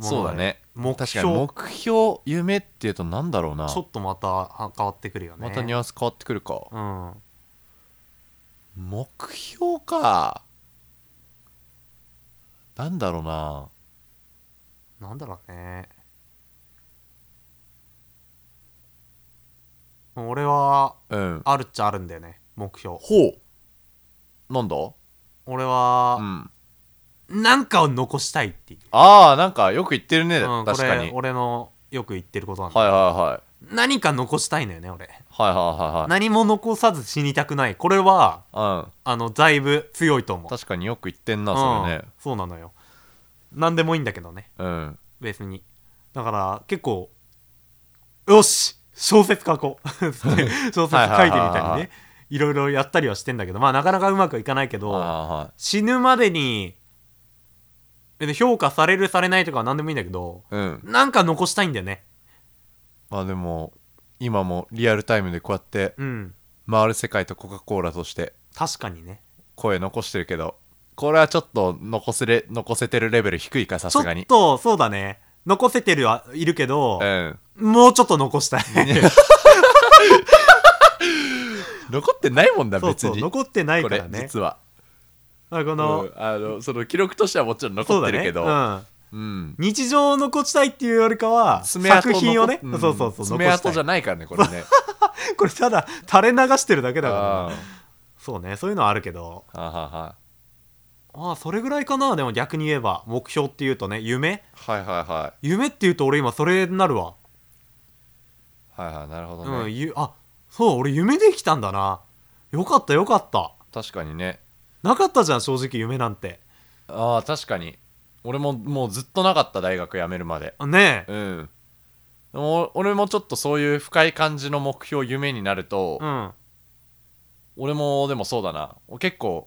Speaker 1: そうだね
Speaker 2: ものがね。目
Speaker 1: 確か
Speaker 2: 標、
Speaker 1: に
Speaker 2: ち
Speaker 1: 目標夢っていうとなんだろうな
Speaker 2: ょっとまたは変わってくるよね。
Speaker 1: またニュアンス変わってくるか
Speaker 2: うん。
Speaker 1: 目標かなんだろうな
Speaker 2: なんだろうね俺は
Speaker 1: うん
Speaker 2: あるっちゃあるんだよね目標
Speaker 1: ほうなんだ
Speaker 2: 俺
Speaker 1: う
Speaker 2: は、
Speaker 1: ん
Speaker 2: なんかを残したいっていう、
Speaker 1: ああなんかよく言ってるね、
Speaker 2: うん、こ
Speaker 1: 確か
Speaker 2: れ
Speaker 1: にはい
Speaker 2: 俺のよく言ってることなんだ、
Speaker 1: はいはい
Speaker 2: 何か残したいのよね俺、
Speaker 1: はいはいはい
Speaker 2: 何も残さず死にたくないこれは
Speaker 1: はい
Speaker 2: あのだいぶ強いと思
Speaker 1: うん
Speaker 2: う
Speaker 1: 確かによく言ってんなそれね
Speaker 2: うんそうなのよ何でもいいんだけどね
Speaker 1: うん
Speaker 2: 別にだから結構よし小説書こう 小説書いてみ
Speaker 1: はい
Speaker 2: た
Speaker 1: はいはい
Speaker 2: り
Speaker 1: はい
Speaker 2: ねいろいろやったりはしてんだけどまあなかなかうまくいかないけ
Speaker 1: はい
Speaker 2: ど
Speaker 1: は
Speaker 2: 死ぬまでにで評価されるされないとかは何でもいいんだけど
Speaker 1: いはいうん
Speaker 2: なんか残したいんだよね
Speaker 1: まあでも今もリアルタイムでこうやって
Speaker 2: うん
Speaker 1: 回る世界とコカ・コーラとして
Speaker 2: 確かにね
Speaker 1: 声残してるけどこれはちょっと残せれ残せてるレベル低いかさ
Speaker 2: ちょ
Speaker 1: す
Speaker 2: っ
Speaker 1: がに
Speaker 2: とそうだね残せてるはいるけど
Speaker 1: うん
Speaker 2: もうちょっと残したい
Speaker 1: 残ってないもんだ
Speaker 2: そう
Speaker 1: 別
Speaker 2: そう
Speaker 1: に
Speaker 2: 残ってない
Speaker 1: こ
Speaker 2: か
Speaker 1: れ
Speaker 2: らね
Speaker 1: 実は
Speaker 2: だからこ
Speaker 1: うん
Speaker 2: の、
Speaker 1: あのその記録としてはもちろん
Speaker 2: そ
Speaker 1: 残っ
Speaker 2: うだ
Speaker 1: てる
Speaker 2: ね
Speaker 1: けど
Speaker 2: うん
Speaker 1: うん
Speaker 2: 日常を残したいっていうよりかは
Speaker 1: 爪痕
Speaker 2: 作品をね、
Speaker 1: 残っうん
Speaker 2: そうそうそう
Speaker 1: 爪
Speaker 2: 残し
Speaker 1: 痕
Speaker 2: たい
Speaker 1: じゃないからねこれね
Speaker 2: これただ垂れ流してるだけだから
Speaker 1: あ
Speaker 2: なそうねそういうのはあるけど
Speaker 1: ーははは
Speaker 2: ああそれぐらいかなでも逆に言えば目標っていうとね夢
Speaker 1: はいはいは
Speaker 2: 夢っていうと俺今それになるわ、
Speaker 1: いはいはいなるほどね、
Speaker 2: うんゆあそう俺夢できたんだなよかったよかった
Speaker 1: 確かにね
Speaker 2: なかったじゃん正直夢なんて
Speaker 1: ああ確かに俺ももうずっとなかった大学辞めるまで
Speaker 2: あねえ
Speaker 1: うんでもお俺もちょっとそういう深い感じの目標夢になると、
Speaker 2: うん
Speaker 1: 俺もでもそうだな結構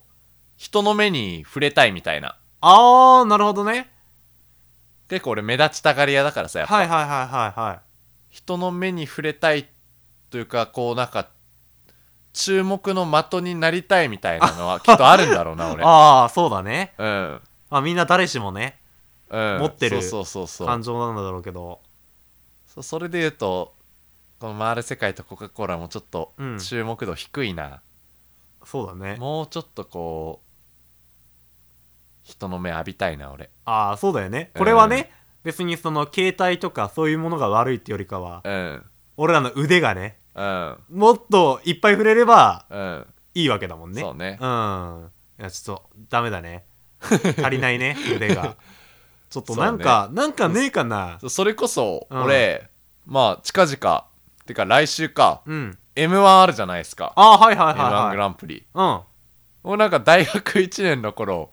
Speaker 1: 人の目に触れたいみたいな
Speaker 2: ああなるほどね
Speaker 1: 結構俺目立ちたがり屋だからさやっぱ、
Speaker 2: はいはいはいはいはい
Speaker 1: 人の目に触れたいというかこうなんか注目の的になりたいみたいなのは きっとあるんだろうな俺
Speaker 2: ああそうだね
Speaker 1: うん
Speaker 2: あみんな誰しもね
Speaker 1: うん、
Speaker 2: 持ってる
Speaker 1: そうそうそうそう
Speaker 2: 感情なんだろうけど
Speaker 1: そそれで言うとこの「回る世界」と「コカ・コーラ」もちょっと
Speaker 2: うん
Speaker 1: 注目度低いな、
Speaker 2: そうだね
Speaker 1: もうちょっとこう人の目浴びたいな俺
Speaker 2: ああそうだよねこれはね、別にその携帯とかそういうものが悪いってよりかは
Speaker 1: うん
Speaker 2: 俺らの腕がね
Speaker 1: うん
Speaker 2: もっといっぱい触れれば
Speaker 1: うん
Speaker 2: いいわけだもんね
Speaker 1: そうね
Speaker 2: んいやちょっとダメだね足りない ね腕がちょっとなんか、なんかねえかな
Speaker 1: そそれこそ
Speaker 2: うん
Speaker 1: 俺、まあ近々てか来週か
Speaker 2: うん。
Speaker 1: m 1あるじゃないですか
Speaker 2: ああ、はいはい
Speaker 1: m 1
Speaker 2: はい、
Speaker 1: グ
Speaker 2: はい。
Speaker 1: ランプリ
Speaker 2: うん。
Speaker 1: もうなんか大学1年の頃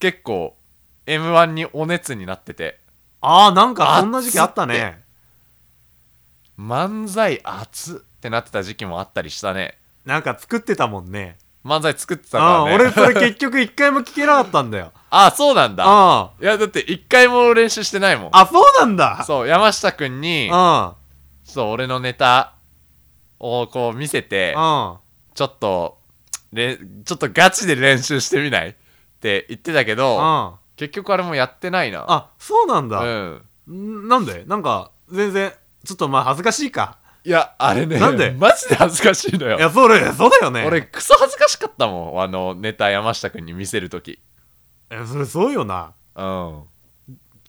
Speaker 1: 結構 m 1にお熱になってて
Speaker 2: ああ、なんかそんな時期あったね。
Speaker 1: 漫才熱ってなってた時期もあったりしたね
Speaker 2: なんか作ってたもんね。
Speaker 1: 漫才作ってた
Speaker 2: ああ
Speaker 1: からね
Speaker 2: 俺それ結局一回も聞けなかったんだよ。
Speaker 1: あ そうなんだ
Speaker 2: あ
Speaker 1: いやだって一回も練習してないもん
Speaker 2: あ。あ、そうなんだ。
Speaker 1: そう山下くんに
Speaker 2: あ
Speaker 1: そう俺のネタをこう見せて
Speaker 2: あ。
Speaker 1: ちょっとれちょっとガチで練習してみないって言ってたけど
Speaker 2: あ
Speaker 1: 結局あれもやってないな
Speaker 2: あ、そうなん
Speaker 1: う
Speaker 2: だ。
Speaker 1: ん
Speaker 2: んなんでなんか、全然、ちょっとまあ恥ずかしいか。
Speaker 1: いやあれね
Speaker 2: なんで
Speaker 1: マジで恥ずかしいのよ
Speaker 2: いや、それ、そうだよね。
Speaker 1: 俺、クソ恥ずかしかったもんあのネタ山下くんに見せるとき
Speaker 2: えそれそうよな。
Speaker 1: うん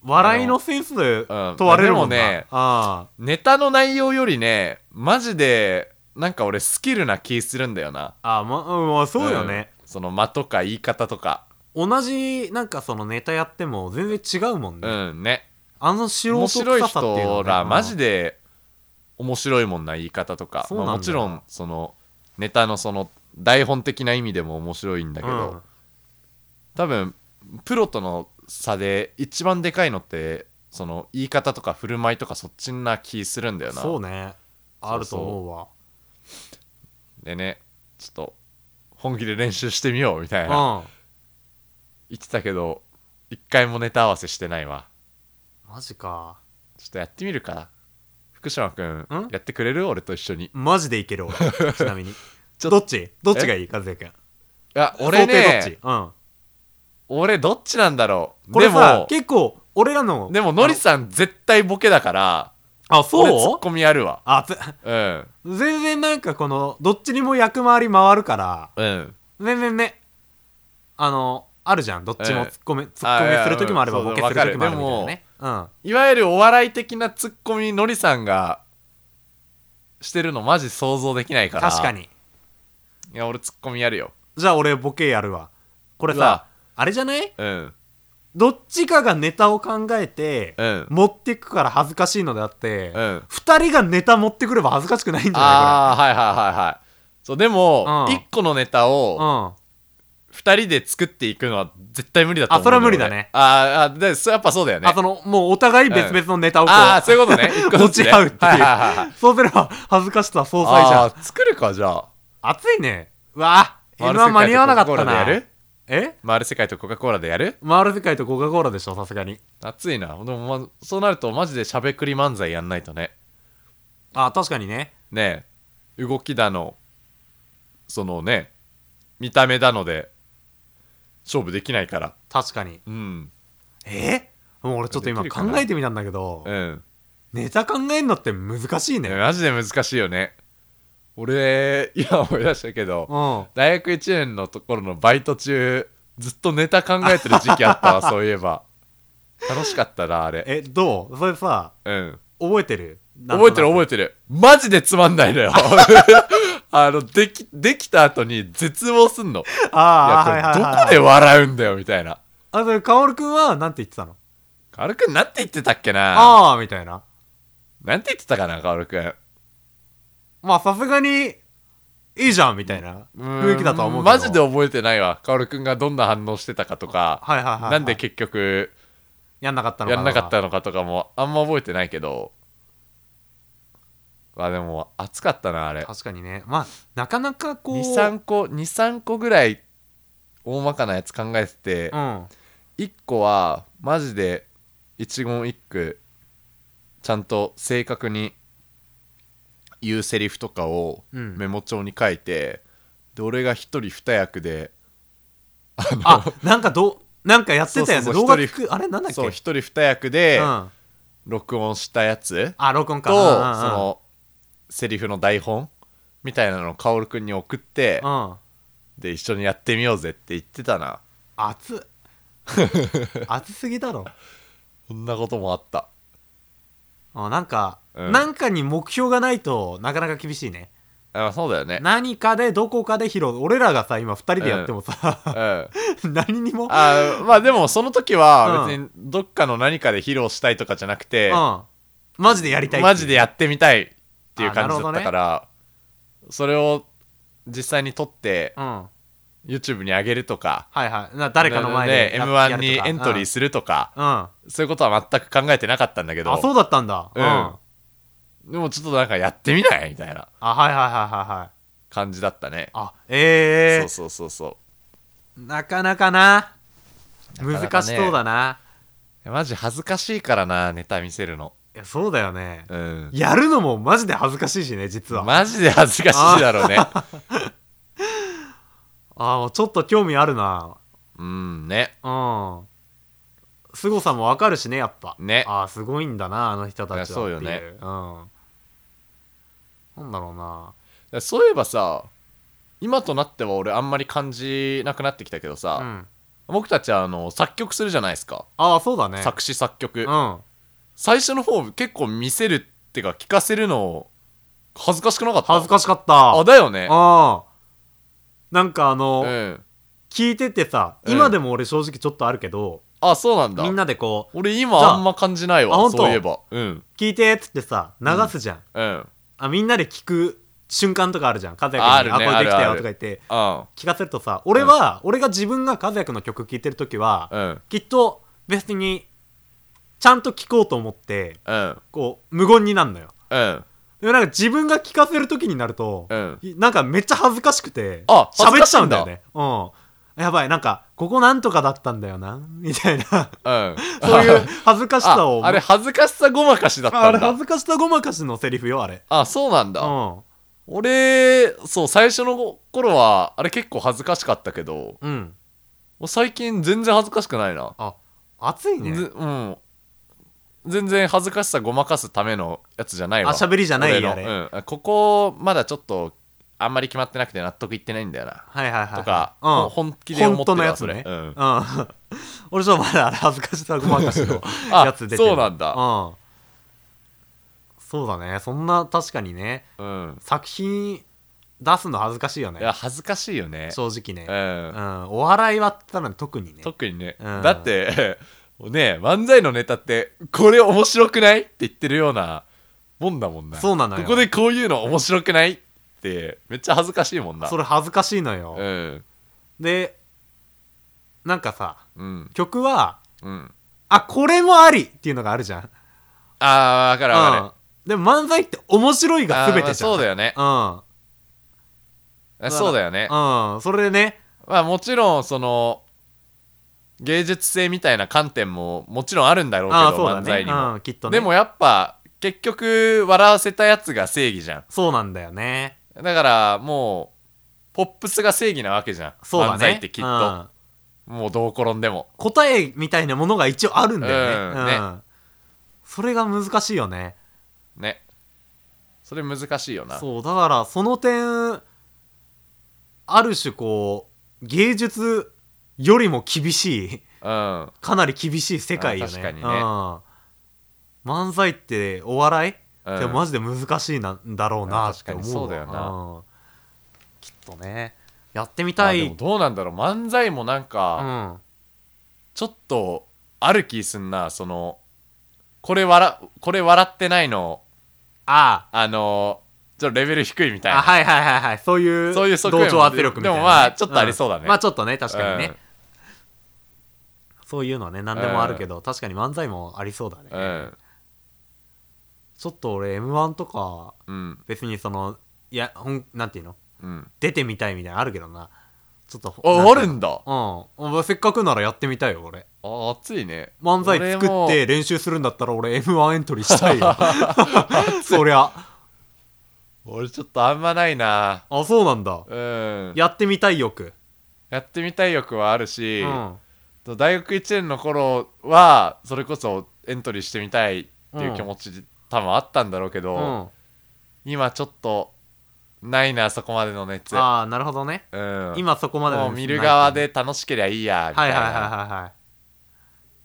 Speaker 2: 笑いのセンスで
Speaker 1: うん
Speaker 2: 問われるもん
Speaker 1: でも
Speaker 2: ね
Speaker 1: ね。
Speaker 2: あ
Speaker 1: ネタの内容よりねマジでなんか俺スキルな気するんだよな
Speaker 2: あ、あま、うんまあ、そうよね。
Speaker 1: うんその間とか言い方とか
Speaker 2: 同じ、なんかそのネタやっても全然違うもん
Speaker 1: う
Speaker 2: ね。
Speaker 1: んね
Speaker 2: あの素人
Speaker 1: 面
Speaker 2: 臭
Speaker 1: 白い
Speaker 2: さっていう
Speaker 1: 人
Speaker 2: の
Speaker 1: らマジ
Speaker 2: で。
Speaker 1: で面白いもんな言い方とか
Speaker 2: そうなんだ
Speaker 1: まあもちろんそのネタのその台本的な意味でも面白いんだけど、
Speaker 2: うん
Speaker 1: 多分プロとの差で一番でかいのってその言い方とか振る舞いとかそっちな気するんだよな
Speaker 2: そうね。あると思うわ。
Speaker 1: でねちょっと本気で練習してみようみたいな
Speaker 2: う
Speaker 1: 言ってたけど一回もネタ合わせしてないわ
Speaker 2: ん。マジか。
Speaker 1: ちょっとやってみるか福島くん
Speaker 2: ん
Speaker 1: やってくれる俺と一緒にい
Speaker 2: マジでいけ る俺。ちなみに。
Speaker 1: ちょ
Speaker 2: どっちどっちがいい和也くん。
Speaker 1: や俺
Speaker 2: 想
Speaker 1: ね
Speaker 2: 定どっち
Speaker 1: 俺どっちなんだろ
Speaker 2: うん。
Speaker 1: う
Speaker 2: こ
Speaker 1: で
Speaker 2: れさ、
Speaker 1: も
Speaker 2: 結構、俺らの。
Speaker 1: でものりさん絶対ボケだから
Speaker 2: あ、
Speaker 1: 俺ツ
Speaker 2: そ
Speaker 1: ッ
Speaker 2: う
Speaker 1: コミあるわ
Speaker 2: あ、つ、
Speaker 1: うん
Speaker 2: 全然なんかこの、どっちにも役回り回るから、
Speaker 1: うん
Speaker 2: 全然ね、あの、あるじゃん。どっち
Speaker 1: え
Speaker 2: も
Speaker 1: え
Speaker 2: 突っ込め、突っ込みするときもあれば、
Speaker 1: あいや
Speaker 2: ボ
Speaker 1: い
Speaker 2: ケ
Speaker 1: や
Speaker 2: するときもあるみ
Speaker 1: わ
Speaker 2: た
Speaker 1: か
Speaker 2: いな
Speaker 1: る
Speaker 2: ね。うん。
Speaker 1: いわゆるお笑い的なツッコミのりさんがしてるのマジ想像できないから
Speaker 2: 確かに。
Speaker 1: いや俺ツッコミやるよ
Speaker 2: じゃあ俺ボケやるわ。これ
Speaker 1: うわ
Speaker 2: さ、あれじゃない
Speaker 1: うん
Speaker 2: どっちかがネタを考えて、
Speaker 1: うん
Speaker 2: 持ってくから恥ずかしいのであって、
Speaker 1: うん
Speaker 2: 二人がネタ持ってくれば恥ずかしくないんじゃ
Speaker 1: ああはいはいはいはいそうでも、
Speaker 2: うん
Speaker 1: 一1個のネタ
Speaker 2: ないこれ。
Speaker 1: を
Speaker 2: うん。
Speaker 1: 2人で作っていくのは絶対無理だと思う
Speaker 2: あそれは無理だね
Speaker 1: 俺あーあーでそやっぱそうだよね
Speaker 2: あ、その、もうお互い別々のネタをこう、
Speaker 1: ああーそういうことね1個
Speaker 2: 持ち合うっていう。
Speaker 1: はいはいはいはい
Speaker 2: そうすれば恥ずかしさ総裁じゃ
Speaker 1: あ
Speaker 2: ん。
Speaker 1: ー作るかじゃあ
Speaker 2: 熱いね。うわぁ、
Speaker 1: 回る
Speaker 2: M1 間に合わなかった
Speaker 1: 世界とコカコーラ
Speaker 2: な。
Speaker 1: でやる
Speaker 2: え
Speaker 1: 回る世界とコカ・コーラでやる
Speaker 2: 回る世界とコカ・コーラでしょ、さすがに。
Speaker 1: 熱いなでも、ま、そうなるとマジでしゃべくり漫才やんないとね
Speaker 2: あ、確かにね。
Speaker 1: ねえ動きだのそのね見た目だので勝負できないから
Speaker 2: 確かに。
Speaker 1: うん
Speaker 2: えもう俺ちょっと今
Speaker 1: できるか
Speaker 2: 考
Speaker 1: な
Speaker 2: えてみたんだけど、
Speaker 1: うん
Speaker 2: ネタ考えんのって難しいね。
Speaker 1: マジで難しいよね俺今思い出したけど
Speaker 2: うん。
Speaker 1: 大学1年のところのバイト中ずっとネタ考えてる時期あった わそういえば楽しかったなあれ
Speaker 2: え、どうそれさ、
Speaker 1: うん
Speaker 2: 覚えてる
Speaker 1: 覚えてる覚
Speaker 2: え
Speaker 1: えてる。マジでつまんないのよ。 あの、でき、できた後に絶望すんの。い
Speaker 2: てるあ
Speaker 1: や、
Speaker 2: あ
Speaker 1: これ
Speaker 2: はいはいはい
Speaker 1: どこで笑うんだよ、みたいな。
Speaker 2: あそれカオルくんはなんて言ってたの
Speaker 1: カオルくんなんて言ってたっけな
Speaker 2: ああみたいな
Speaker 1: なんて言ってたかな、カオルくん。
Speaker 2: まあさすがにいいじゃんみたいな雰囲気だとは思うけど
Speaker 1: マジで覚えてないわ。カオルくんがどんな反応してたかとか、
Speaker 2: はいはいはいはい
Speaker 1: なんで結局
Speaker 2: やんなかったの
Speaker 1: や
Speaker 2: か
Speaker 1: んなかったのかとかもあんま覚えてないけど。あ、でも暑かったな、あれ。
Speaker 2: 確かにねまあなかなかこう
Speaker 1: 23個23個ぐらい大まかなやつ考えてて、
Speaker 2: うん
Speaker 1: 1個はマジで一言一句ちゃんと正確に言うセリフとかを
Speaker 2: うん
Speaker 1: メモ帳に書いて、で俺が一人二役で
Speaker 2: あなんかどうなんかやってたやつ
Speaker 1: そうそうそう
Speaker 2: 動画
Speaker 1: 一人
Speaker 2: 聞くあれなんだっけ
Speaker 1: そう
Speaker 2: う
Speaker 1: 一人二役で
Speaker 2: ん
Speaker 1: 録音したやつ
Speaker 2: あ録音
Speaker 1: と、
Speaker 2: かうんうんうん
Speaker 1: そのセリフの台本みたいなのを薫君に送って、
Speaker 2: うん
Speaker 1: で一緒にやってみようぜって言ってたな
Speaker 2: 熱 っ熱すぎだろ
Speaker 1: そんなこともあった
Speaker 2: あなんか、
Speaker 1: うん
Speaker 2: なんかに目標がないとなかなか厳しいね
Speaker 1: あそうだよね。
Speaker 2: 何かでどこかで披露俺らがさ今2人でやっても
Speaker 1: うん。
Speaker 2: さ、
Speaker 1: あ
Speaker 2: 何にも
Speaker 1: ーまあでもその時は
Speaker 2: うん
Speaker 1: 別にどっかの何かで披露したいとかじゃなくて、
Speaker 2: うん、マジでやりたい
Speaker 1: マジで
Speaker 2: や
Speaker 1: やってみたいっていう
Speaker 2: あな
Speaker 1: 感
Speaker 2: る
Speaker 1: じだ
Speaker 2: ほど
Speaker 1: っ
Speaker 2: ね
Speaker 1: たから、それを実際に撮って
Speaker 2: うんは
Speaker 1: YouTube に上げるとか、
Speaker 2: いはいな誰かの前で
Speaker 1: で
Speaker 2: や
Speaker 1: M1 にエントリー
Speaker 2: す
Speaker 1: するとか、
Speaker 2: うん、うんあ
Speaker 1: そういうことは全く考えてなかったんだけど、
Speaker 2: そうだったんだ
Speaker 1: うん
Speaker 2: あ
Speaker 1: でもちょっとなんかやってみないみたいな
Speaker 2: はいはいはいはいはい
Speaker 1: 感じだったね。
Speaker 2: あええ
Speaker 1: そうそうそうそう。
Speaker 2: なかなかな
Speaker 1: なかね
Speaker 2: 難しそうだない
Speaker 1: やマジ恥ずかしいからな、ネタ見せるの。
Speaker 2: いやそうだよね、
Speaker 1: うん。
Speaker 2: やるのもマジで恥ずかしいしね実は、
Speaker 1: マジで恥ずかしいだろうね。
Speaker 2: ああちょっと興味あるな
Speaker 1: うんね。
Speaker 2: うん凄さもわかるしねやっぱ
Speaker 1: ね
Speaker 2: ああすごいんだなあの人たちはってい
Speaker 1: いやそうよね
Speaker 2: うんなんだろうな
Speaker 1: そういえばさ今となっては俺あんまり感じなくなってきたけど
Speaker 2: う
Speaker 1: さ、
Speaker 2: ん
Speaker 1: 僕たちはあの作曲するじゃないですか、
Speaker 2: ああそうだね
Speaker 1: 作詞作曲、
Speaker 2: うん
Speaker 1: 最初の方結構見せるってか聞かせるの恥ずかしくなかった
Speaker 2: 恥ず
Speaker 1: か
Speaker 2: かしかった
Speaker 1: あだよね
Speaker 2: あーなんかあの、
Speaker 1: うん
Speaker 2: 聞いててさ
Speaker 1: うん
Speaker 2: 今でも俺正直ちょっとあるけど、
Speaker 1: あそうなんだ
Speaker 2: みんなでこ
Speaker 1: 俺今あんま感じない
Speaker 2: あ
Speaker 1: わ
Speaker 2: 本当
Speaker 1: そういえばうん
Speaker 2: う聞いてっつってさ流すじゃん、
Speaker 1: うん
Speaker 2: あみんなで聞く瞬間とかあるじゃん和也君に
Speaker 1: あるね
Speaker 2: あこれできた
Speaker 1: あるあ
Speaker 2: よ」
Speaker 1: る
Speaker 2: とか言って
Speaker 1: あ
Speaker 2: 聞かせるとさ俺は、俺が自分が和也君の曲聴いてる時は、
Speaker 1: うん
Speaker 2: きっと別にちゃんと聴こうと思って
Speaker 1: うん
Speaker 2: こう無言になるのよ
Speaker 1: うん
Speaker 2: でもなんか自分が聴かせる時になると、
Speaker 1: うん
Speaker 2: いなんかめっちゃ恥ずかしくて
Speaker 1: あ
Speaker 2: 喋っちゃうんだよねうんやばいなんかここなんとかだったんだよな みたいな
Speaker 1: うん
Speaker 2: そういう恥ずかしさを
Speaker 1: ああれ恥ずかしさごまかしだっ
Speaker 2: あ
Speaker 1: た
Speaker 2: れ
Speaker 1: んだ
Speaker 2: 恥ずかしさごまかしのセリフよあれ
Speaker 1: あそうなんだ、
Speaker 2: うん
Speaker 1: 俺そう最初の頃はあれ結構恥ずかしかったけども
Speaker 2: うん
Speaker 1: う最近全然恥ずかしくないな、
Speaker 2: あ熱いね
Speaker 1: ずうん全然恥ずかしさごまかすためのやつじゃないわ
Speaker 2: あ喋りじゃない
Speaker 1: 俺の
Speaker 2: あれ
Speaker 1: うんあ、ここまだちょっとあんまり決まってなくて納得いってないんだよな、
Speaker 2: はいはいはい
Speaker 1: とか、
Speaker 2: うん
Speaker 1: もう本気で思って
Speaker 2: 本当
Speaker 1: る
Speaker 2: のや
Speaker 1: わ
Speaker 2: つ
Speaker 1: それ、
Speaker 2: ね
Speaker 1: う
Speaker 2: うん
Speaker 1: ん、
Speaker 2: 俺ちょっとまだあれ恥ずかしさごまかしの
Speaker 1: あ
Speaker 2: やつ出てる
Speaker 1: そうなんだ
Speaker 2: うんそうだねそんな確かにね
Speaker 1: うん
Speaker 2: 作品出すの恥ずかしいよね
Speaker 1: いや恥ずかしいよね
Speaker 2: 正直
Speaker 1: う
Speaker 2: ね、
Speaker 1: ん
Speaker 2: うん、お笑いはってたのに特にね
Speaker 1: 特にね、
Speaker 2: うん
Speaker 1: だって ね漫才のネタってこれ面白くないって言ってるようなもんだもんな
Speaker 2: そうなのよ
Speaker 1: ここでこういうの面白くないってめっちゃ恥ずかしいもんな
Speaker 2: それ恥ずかしいのよ、
Speaker 1: うん
Speaker 2: でなんかさ
Speaker 1: うん
Speaker 2: 曲は
Speaker 1: うん
Speaker 2: あこれもありっていうのがあるじゃん、
Speaker 1: あー分かる分かる、
Speaker 2: うん、でも漫才って面白いが
Speaker 1: あー
Speaker 2: 全
Speaker 1: まあ
Speaker 2: てじゃん
Speaker 1: そうだよね
Speaker 2: うん
Speaker 1: あそうだよね
Speaker 2: うん、それでね、
Speaker 1: まあもちろんその芸術性みたいな観点ももちろんあるんだろうけど
Speaker 2: ああ、そうだ
Speaker 1: 漫才
Speaker 2: ね。
Speaker 1: にも、
Speaker 2: うん、きっとね。
Speaker 1: でもやっぱ結局笑わせたやつが正義じゃん
Speaker 2: そうなんだよね。
Speaker 1: だからもうポップスが正義なわけじゃん
Speaker 2: そうだね。
Speaker 1: 漫才ってきっ
Speaker 2: う
Speaker 1: と、
Speaker 2: ん
Speaker 1: もうどう転んでも
Speaker 2: 答えみたいなものが一応あるんだよね。
Speaker 1: う
Speaker 2: うんん。
Speaker 1: ね
Speaker 2: それが難しいよね。
Speaker 1: ねそれ難しいよな
Speaker 2: そう、だからその点、ある種こう、芸術よりも厳しい、
Speaker 1: うん
Speaker 2: かなり厳しい世界よね。
Speaker 1: あ確かにね
Speaker 2: うん。漫才ってお笑い
Speaker 1: うん
Speaker 2: でもマジで難しいなんだろうなって思
Speaker 1: 確かに
Speaker 2: う
Speaker 1: そうだよな
Speaker 2: なきっとねやってみ
Speaker 1: まあ
Speaker 2: た
Speaker 1: で
Speaker 2: い
Speaker 1: もどうなんだろう漫才もなん
Speaker 2: う
Speaker 1: か
Speaker 2: ん
Speaker 1: ちょっとある気すんなそのこれ笑これ笑ってないの
Speaker 2: あ
Speaker 1: あのちょっとレベル低いみたい
Speaker 2: あ、
Speaker 1: な
Speaker 2: はいはいはいはい。そういう、
Speaker 1: そういう側面も
Speaker 2: 同調圧力みたいなね、
Speaker 1: でもまあちょっとありそうだね
Speaker 2: んまあちょっとね、確かにね。
Speaker 1: うん
Speaker 2: そういうのはね、何でもあるけど、確かに漫才もありそうだね。
Speaker 1: うん
Speaker 2: ちょっと俺、M1 とか、
Speaker 1: うん
Speaker 2: 別にその、いや、ほん、なんていうの
Speaker 1: うん
Speaker 2: 出てみたいみたいなのあるけどな。ちょっと、なん
Speaker 1: ああ
Speaker 2: ていうの
Speaker 1: るんだ
Speaker 2: うん。俺せっかくならやってみたいよ、俺。
Speaker 1: あ熱いね
Speaker 2: 漫才作
Speaker 1: 俺も
Speaker 2: って練習するんだったら俺 M1 エントリーした いよ。そりゃ。
Speaker 1: 俺ちょっとあんまないな
Speaker 2: あ、そうなんだ。
Speaker 1: うんや
Speaker 2: やってみたい欲。
Speaker 1: ってみたい欲はあるし、
Speaker 2: うん。
Speaker 1: 大学1年の頃はそれこそエントリーしてみたいっていう気持ち、多分あったんだろうけ
Speaker 2: う
Speaker 1: ど、
Speaker 2: ん。
Speaker 1: 今ちょっとないなそこまでの熱
Speaker 2: ああ、なるほどね。
Speaker 1: うん、
Speaker 2: 今そこまでの
Speaker 1: もう見る側で楽しけりゃいいやみた
Speaker 2: はい
Speaker 1: い
Speaker 2: はい
Speaker 1: な、
Speaker 2: はいはいはい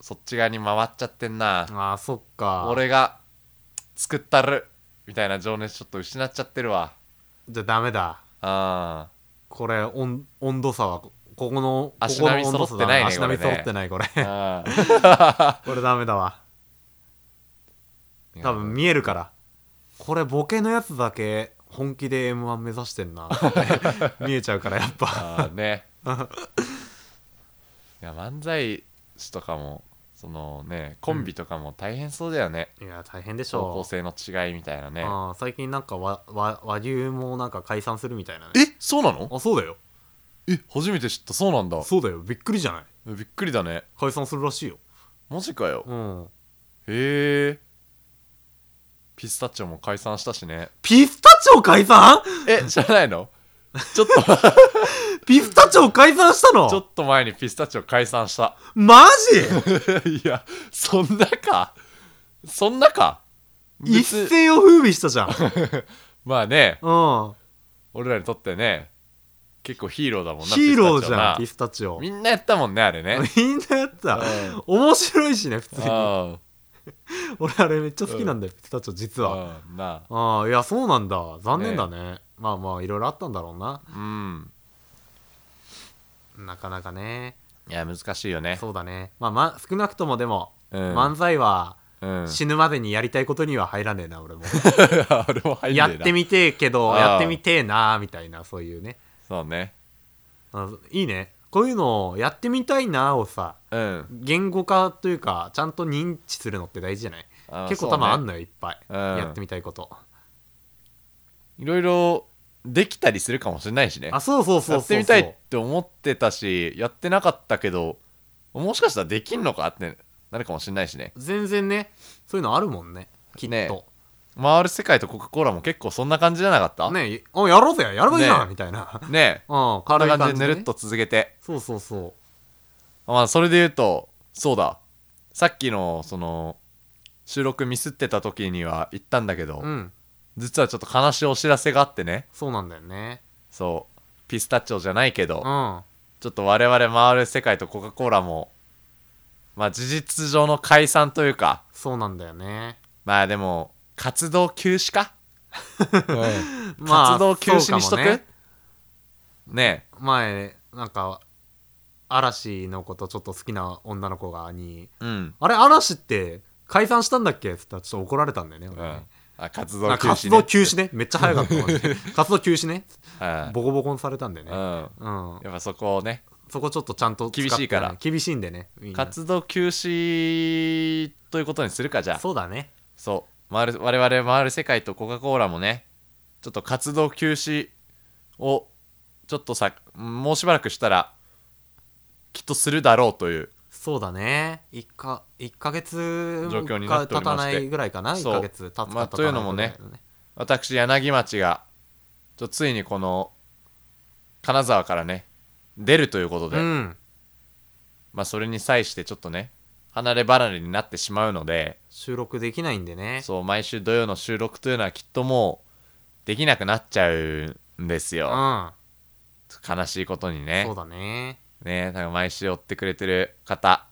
Speaker 1: そっち側に回っちゃってんな
Speaker 2: ああそっか
Speaker 1: 俺が作ったるみたいな情熱ちょっと失っちゃってるわ
Speaker 2: じゃあダメだ
Speaker 1: あ
Speaker 2: これ温温度差はこここの
Speaker 1: 足並み揃ってないね
Speaker 2: ここの温度差
Speaker 1: これね
Speaker 2: だ足並み揃ってないこれ
Speaker 1: ーあ
Speaker 2: これダメだわ
Speaker 1: ー
Speaker 2: 多分見えるからこれボケのやつだけ本気で m 1目指してん な見えちゃうからやっぱ
Speaker 1: あーね いや漫才師とかもそのねコンビとかも大変そうだよね、
Speaker 2: いや大変でし
Speaker 1: 方向
Speaker 2: ょう
Speaker 1: 性の違いみたいなね
Speaker 2: ああ最近なんか和和和牛もなんか解散するみたいなね
Speaker 1: えそうなの
Speaker 2: あそうだよ
Speaker 1: え初めて知ったそうなんだ
Speaker 2: そうだよびっくりじゃない
Speaker 1: びっくりだね
Speaker 2: 解散するらしいよ
Speaker 1: マジかよ
Speaker 2: うん
Speaker 1: へえピスタチオも解散したしね
Speaker 2: ピスタチオ解散
Speaker 1: え知らないのちょっとち
Speaker 2: ピスタチオ解散し たの
Speaker 1: ょっと前にピスタチオ解散した
Speaker 2: マ ジ
Speaker 1: いやそんなかそんなか
Speaker 2: 一
Speaker 1: 別
Speaker 2: 世を風靡したじゃん。 うん。
Speaker 1: まあね
Speaker 2: ヒー
Speaker 1: 俺らにとってね結構ヒーローだもんな
Speaker 2: ロー
Speaker 1: ピスタチオ
Speaker 2: じ
Speaker 1: な
Speaker 2: ゃん、ピスタチオ。
Speaker 1: み
Speaker 2: み
Speaker 1: んなやったもんねあれね
Speaker 2: んなやった
Speaker 1: う。
Speaker 2: 面白いし ね、普通に。
Speaker 1: あ
Speaker 2: 俺あれめっちゃ好きなんだよ、ピスタチオ、実は。
Speaker 1: あうんな
Speaker 2: ああ、いや、そうなんだ。残念だね。まあまあ、いろいろあったんだろうな。
Speaker 1: あうん
Speaker 2: なかなかね。
Speaker 1: いや難しいよね
Speaker 2: そうだね。まあ、ま、少なくともでも、
Speaker 1: うん
Speaker 2: 漫才は
Speaker 1: うん
Speaker 2: 死ぬまでにやりたいことには入らねえな、俺も。
Speaker 1: 俺も入んねえ
Speaker 2: や
Speaker 1: な
Speaker 2: ってみてえけど、
Speaker 1: ああ
Speaker 2: やってみてえな、みたいな、そういうね。
Speaker 1: そうね
Speaker 2: あいいね。こういうのをやってみたいなをさ、
Speaker 1: うん
Speaker 2: 言語化というかちゃんと認知するのって大事じゃない
Speaker 1: あー
Speaker 2: 結
Speaker 1: そう
Speaker 2: 構
Speaker 1: ね
Speaker 2: 多分あんのよいっぱい、
Speaker 1: うん
Speaker 2: やってみたいこと
Speaker 1: いろいろできたりするかもしれないしね
Speaker 2: あそうそうそうそう
Speaker 1: やってみたいって思ってたしやってなかったけどもしかしたらできんのかってなるかもしれないしね
Speaker 2: 全然ねそういうのあるもんねきっ
Speaker 1: ね
Speaker 2: と
Speaker 1: 回る世界とコカ・コーラも結構そんな感じじゃなかった
Speaker 2: ねえあやろうぜやればいいじゃん、
Speaker 1: ね
Speaker 2: みたいな
Speaker 1: ねえ
Speaker 2: うん
Speaker 1: こん
Speaker 2: 軽い
Speaker 1: な
Speaker 2: 感
Speaker 1: 感
Speaker 2: じ
Speaker 1: じ
Speaker 2: で、
Speaker 1: で
Speaker 2: ね、
Speaker 1: ぬるっと続けて
Speaker 2: そうそうそう
Speaker 1: まあそれで言うとそうださっきのその収録ミスってた時には言ったんだけど、
Speaker 2: うん
Speaker 1: 実はちょっと悲しいお知らせがあってね
Speaker 2: そうなんだよね
Speaker 1: そうピスタチオじゃないけど、
Speaker 2: うん
Speaker 1: ちょっと我々回る世界とコカ・コーラもまあ事実上の解散というか
Speaker 2: そうなんだよね
Speaker 1: まあでも活動休止か、 うん
Speaker 2: ま
Speaker 1: 活
Speaker 2: あ
Speaker 1: 動休止にしとく
Speaker 2: そうかも
Speaker 1: ね
Speaker 2: ね
Speaker 1: ね
Speaker 2: 前なんか嵐のことちょっと好きな女の子がに
Speaker 1: えうん、
Speaker 2: 「あれ嵐って解散したんだっけ?」っつったらちょっと怒られたんだよね、
Speaker 1: う
Speaker 2: 俺ね
Speaker 1: ん、あ活動
Speaker 2: あ
Speaker 1: 休止
Speaker 2: 活
Speaker 1: ね
Speaker 2: 動休止ね。めっちゃ早かったもんね。 活動休止ね。
Speaker 1: うん
Speaker 2: ボコボコにされたんでね。
Speaker 1: うん、
Speaker 2: うん。
Speaker 1: やっぱそこをね
Speaker 2: そこちょっとちゃんと使ってね
Speaker 1: 厳しいから
Speaker 2: 厳しいんでね。みんな
Speaker 1: 活動休止ということにするかじゃあそう
Speaker 2: そうだね。
Speaker 1: 回る我々回る世界とコカ・コーラもねちょっと活動休止をちょっとさもうしばらくしたらきっとするだろうという
Speaker 2: そうだね。1か、一ヶ月
Speaker 1: 状況になっておりまして
Speaker 2: 経たないぐらいかな。1
Speaker 1: そう
Speaker 2: ヶ月経つか経たない
Speaker 1: まあというのもね
Speaker 2: ぐらだね。
Speaker 1: 私柳町がちょついにこの金沢からね出るということで、
Speaker 2: うん。
Speaker 1: まあそれに際してちょっとね離れ離れになってしまうので
Speaker 2: 収録できないんでね。
Speaker 1: そう毎週土曜の収録というのはきっともうできなくなっちゃうんですよ、
Speaker 2: うん。
Speaker 1: 悲しいことにね
Speaker 2: そうだね。
Speaker 1: ねなんか毎週追ってくれてる方